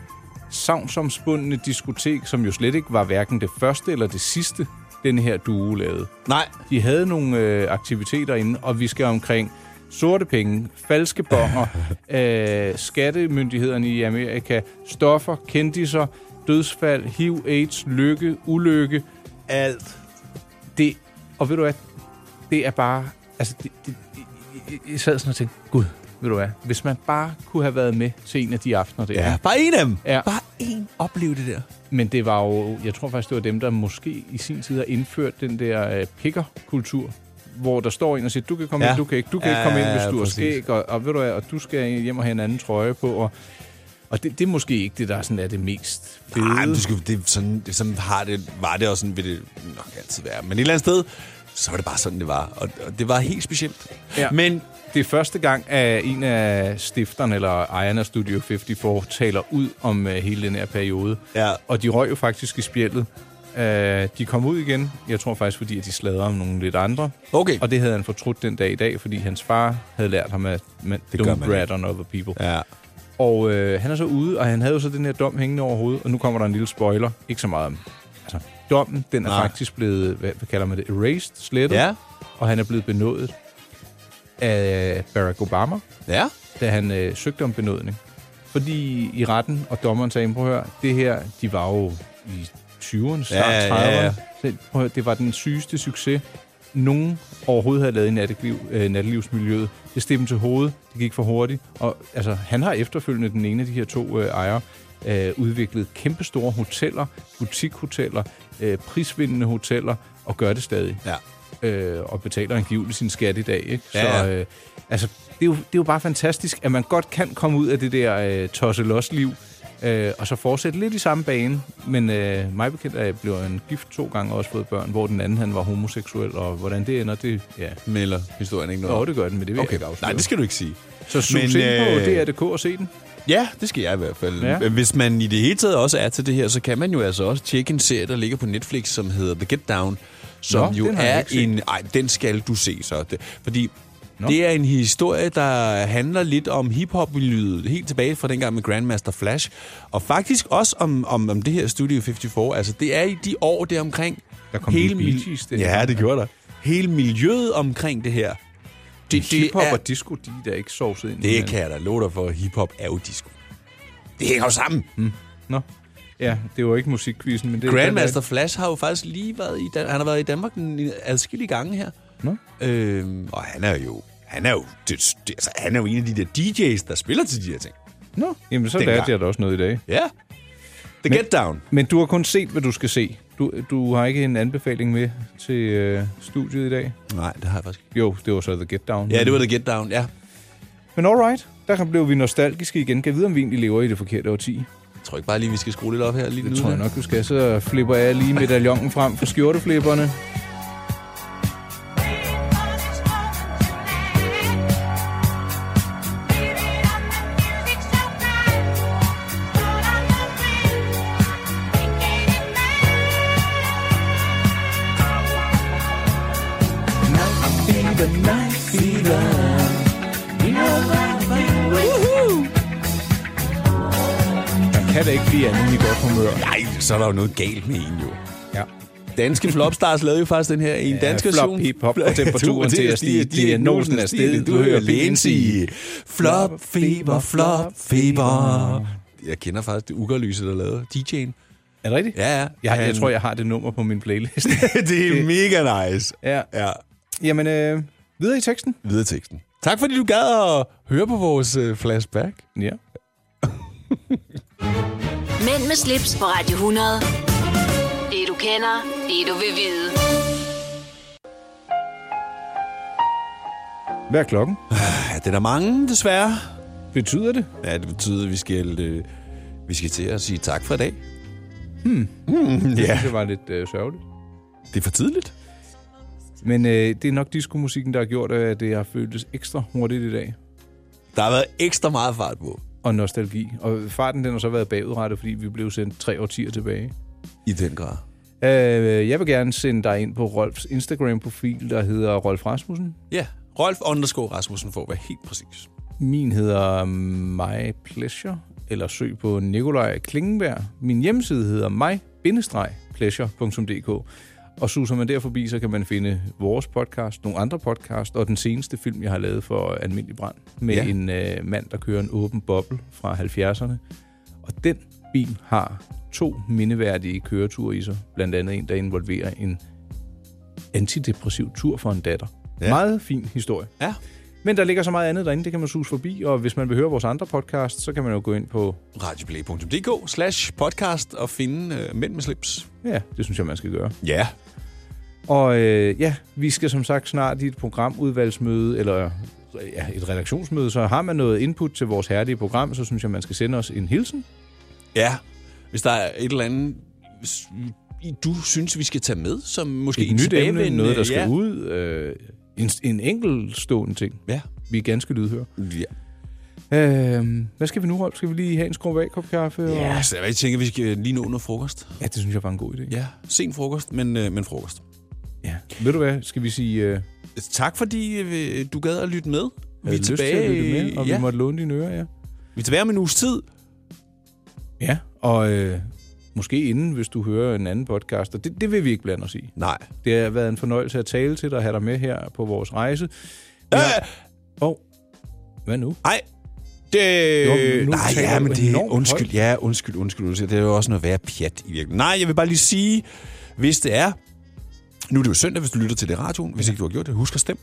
savnsomspundne diskotek, som jo slet ikke var hverken det første eller det sidste, den her duo lavede.
Nej.
De havde nogle øh, aktiviteter inde, og vi skal omkring sorte penge, falske bonger, øh, skattemyndighederne i Amerika, stoffer, kendiser, dødsfald, HIV, AIDS, lykke, ulykke.
Alt.
Det, og ved du hvad, det er bare... Altså, det, det, jeg- jeg sad sådan og tænkte, gud, ved du hvad, hvis man bare kunne have været med til en af de aftener der.
Ja, bare en af dem.
Ja.
Bare en opleve det der.
Men det var jo, jeg tror faktisk, det var dem, der måske i sin tid har indført den der øh, pikkerkultur, hvor der står en og siger, du kan komme
Ja.
ja. ind, du kan ikke, du kan
Ja,
ikke komme ind,
ja,
hvis du er
præcis.
skæg, og, og, ved du hvad, og du skal hjem og have en anden trøje på, og, og det, det er måske ikke det, der sådan er det mest fede.
Nej, men du skal, det, er sådan, det, er sådan har det, var det, og sådan vil det nok altid være. Men et eller andet sted, så var det bare sådan, det var. Og, og det var helt specielt.
Ja. Men det er første gang, at en af stifterne eller ejerne af Studio 54 taler ud om uh, hele den her periode.
Ja.
Og de røg jo faktisk i spjældet. Uh, de kom ud igen, jeg tror faktisk, fordi at de sladrede om nogle lidt andre.
Okay.
Og det havde han fortrudt den dag i dag, fordi hans far havde lært ham, at man, det
gør
don't
man
rat
ikke.
on other people.
Ja.
Og øh, han er så ude, og han havde jo så den her dom hængende over hovedet, og nu kommer der en lille spoiler. Ikke så meget om... Altså, dommen, den er
Nej.
faktisk blevet, hvad, hvad kalder man det, erased, slettet.
Ja.
Og han er blevet benådet af Barack Obama,
Ja.
da han øh, søgte om benådning. Fordi i retten, og dommeren sagde, prøv at høre, det her, de var jo i 20'erne, start
Ja, ja,
30'erne.
ja, ja.
Så, prøv at høre, det var den sygeste succes, nogen overhovedet havde lavet i natteliv, øh, nattelivsmiljøet. Det steg dem til hovedet, det gik for hurtigt, og altså, han har efterfølgende, den ene af de her to øh, ejere, øh, udviklet kæmpestore hoteller, butikhoteller, øh, prisvindende hoteller, og gør det stadig. Ja. Øh, og betaler angiveligt sin skat i dag. Ikke?
Ja,
Så
ja.
øh, altså, det, er jo, det er jo bare fantastisk, at man godt kan komme ud af det der øh, tosse-los-liv, øh, og så fortsætte lidt i samme bane. Men øh, mig bekendt er jeg blevet en gift to gange og også fået børn, hvor den anden han var homoseksuel, og hvordan det ender, det... Ja.
Melder historien ikke noget.
Nå, det gør den, men det vil jeg
okay.
ikke afsløre.
Nej, det skal øh, du ikke sige.
Så sus ind på DR.dk og se den.
Ja, det skal jeg i hvert fald. Ja.
Ja.
Hvis man i det hele taget også er til det her, så kan man jo altså også tjekke en serie, der ligger på Netflix, som hedder The Get Down, som
Nå,
jo
den har jeg
er
ikke set.
en... Ej, den skal du se så. Det, fordi Nå. det er en historie, der handler lidt om hiphop-miljøet, helt tilbage fra dengang med Grandmaster Flash, og faktisk også om, om, om det her Studio 54. Altså, det er i de år der omkring...
Der kom lige Bee Gees der.
Ja, det gjorde der. Hele miljøet omkring det her. Det,
Hiphop og disco, de er da ikke sovset ind. i
det
hinanden.
kan jeg da love dig for. Hiphop er jo disco. Det hænger jo sammen. Mm.
Nå. Ja, det var ikke musikquizzen, men det
Grandmaster Flash har jo faktisk lige været i, Dan- han har været i Danmark en en adskillige gange her.
Nå.
Øhm, og han er jo han er jo, det, det, altså, han er jo en af de der DJ's, der spiller til de her ting.
Nå, jamen så
Dengang.
lærte jeg da også noget i dag.
Ja. The
Men-
Get Down.
Men du har kun set, hvad du skal se. Du, du har ikke en anbefaling med til øh, studiet i dag?
Nej, det har jeg faktisk
ikke. Jo, det var så The Get Down.
Ja, det var The Get Down, ja.
Men alright, der blev vi nostalgiske igen. Kan jeg vide, om vi egentlig lever i det forkerte årti?
Jeg tror ikke bare lige, vi skal skrue lidt op her. Lige
Det tror jeg nok, du skal. Så flipper jeg lige medaljongen frem for skjorteflipperne.
Fever, night fever. You know that thing. Woohoo!
Man kan da ikke blive andet i godt humør.
Nej, så er der jo noget galt med en, jo.
Ja.
Danske Flopstars lavede jo faktisk den her i en
Ja,
dansk
flop,
version.
hip, hop, og temperaturen til at stige. Diagnosen er stedet. Du hører lægen sige,
Flop, feber, flop, feber. Jeg kender faktisk det ugerlyse, der lavede DJ'en.
Er det rigtigt?
Ja, Um. ja.
Jeg, jeg
Han-
tror, jeg har det nummer på min playlist.
det er mega nice.
Ja.
ja.
Jamen, øh, videre i teksten.
Videre i teksten. Tak fordi du gad at høre på vores øh, flashback.
Ja.
Mænd med slips på Radio 100. Det du kender, det du vil vide.
Hvad er klokken?
Ja, det er der mange, desværre.
Betyder det?
Ja, det betyder, at vi skal, øh, vi skal til at sige tak for i dag.
Hmm.
Hmm,
Det
ja.
synes jeg var lidt øh, sørgeligt.
Det er for tidligt.
Men øh, det er nok diskomusikken, der har gjort, øh, at det har føltes ekstra hurtigt i dag.
Der har været ekstra meget fart på.
Og nostalgi. Og farten den har så været bagudrettet, fordi vi blev sendt tre årtier tilbage.
I den grad.
Øh, jeg vil gerne sende dig ind på Rolfs Instagram-profil, der hedder Rolf Rasmussen.
Ja, Rolf underscore Rasmussen får være helt præcis.
Min hedder My Pleasure, eller søg på Nikolaj Klingenberg. Min hjemmeside hedder my-pleasure.dk. Og suser man der forbi, så kan man finde vores podcast, nogle andre podcast, og den seneste film, jeg har lavet for Almindelig Brand, med
Ja.
ja. en øh, mand, der kører en åben boble fra 70'erne. Og den bil har to mindeværdige køreture i sig. Blandt andet en, der involverer en antidepressiv tur for en datter. Ja. Meget fin historie.
Ja.
Men der ligger så meget andet derinde, det kan man suge forbi, og hvis man vil høre vores andre podcast, så kan man jo gå ind på...
Radioplay.dk slash podcast og finde øh, Mænd med slips.
Ja, det synes jeg, man skal gøre.
Ja.
Og øh, ja, vi skal som sagt snart i et programudvalgsmøde, eller ja, et redaktionsmøde, så har man noget input til vores herlige program, så synes jeg, man skal sende os en hilsen.
Ja. Hvis der er et eller andet, s- i- du synes, vi skal tage med, som måske
Et nyt emne,
tilbagevendende-
noget, der skal
ja.
ud. Øh, en, en enkeltstående ting.
Ja.
Vi er ganske lydhøre.
Ja.
Øh, hvad skal vi nu, Rolf? Skal vi lige have en skruv af kop kaffe?
Ja,
Og...
så jeg tænker, vi skal øh, lige nå noget frokost.
Ja, det synes jeg var en god idé.
Ja, sen frokost, men, øh, men frokost.
Ja. Ved du hvad, skal vi sige... Øh,
Tak fordi øh, du gad at lytte med. Vi er
havde lyst til
tilbage,
at lytte med, og
ja.
vi måtte låne dine ører, ja.
vi er tilbage om en uges tid.
Ja, og øh, måske inden, hvis du hører en anden podcast, og det, det vil vi ikke blande os i.
Nej.
Det har været en fornøjelse at tale til dig og have dig med her på vores rejse. Ja. Øh! Og hvad nu?
Nej, det...
Jo, nu
Nej,
taler
ja,
du
men det er...
enormt
Undskyld,
højt.
ja, undskyld, undskyld, undskyld. Det er jo også noget værd pjat i virkeligheden. Nej, jeg vil bare lige sige, hvis det er... Nu er det jo søndag, hvis du lytter til det i radioen. Hvis ikke du har gjort det, husk at stemme.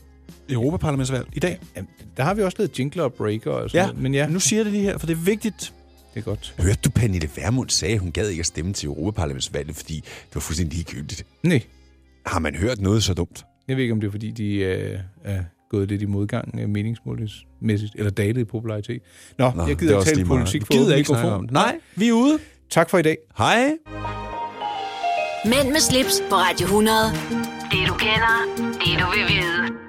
Europaparlamentsvalg i dag.
Jamen, der har vi også lavet jingler og breaker og sådan
Ja,
noget, men ja,
nu siger jeg det lige her, for det er vigtigt.
det er godt.
Hørte du, Pernille Vermund sagde, at hun gad ikke at stemme til Europaparlamentsvalget, fordi det var fuldstændig ligegyldigt.
Nej,
Har man hørt noget så dumt?
jeg ved ikke, om det er, fordi de øh, er gået lidt i modgang øh, meningsmålingsmæssigt, eller datet i popularitet. Nå, Nå jeg
det er
gider ikke
også lige
tale
meget.
politik
Vi
på
gider
åben
ikke snakke
mikrofon.
om det. Nej, vi er ude.
Tak for i dag.
Hej.
Mænd med slips på Radio 100. Det du kender, det du vil vide.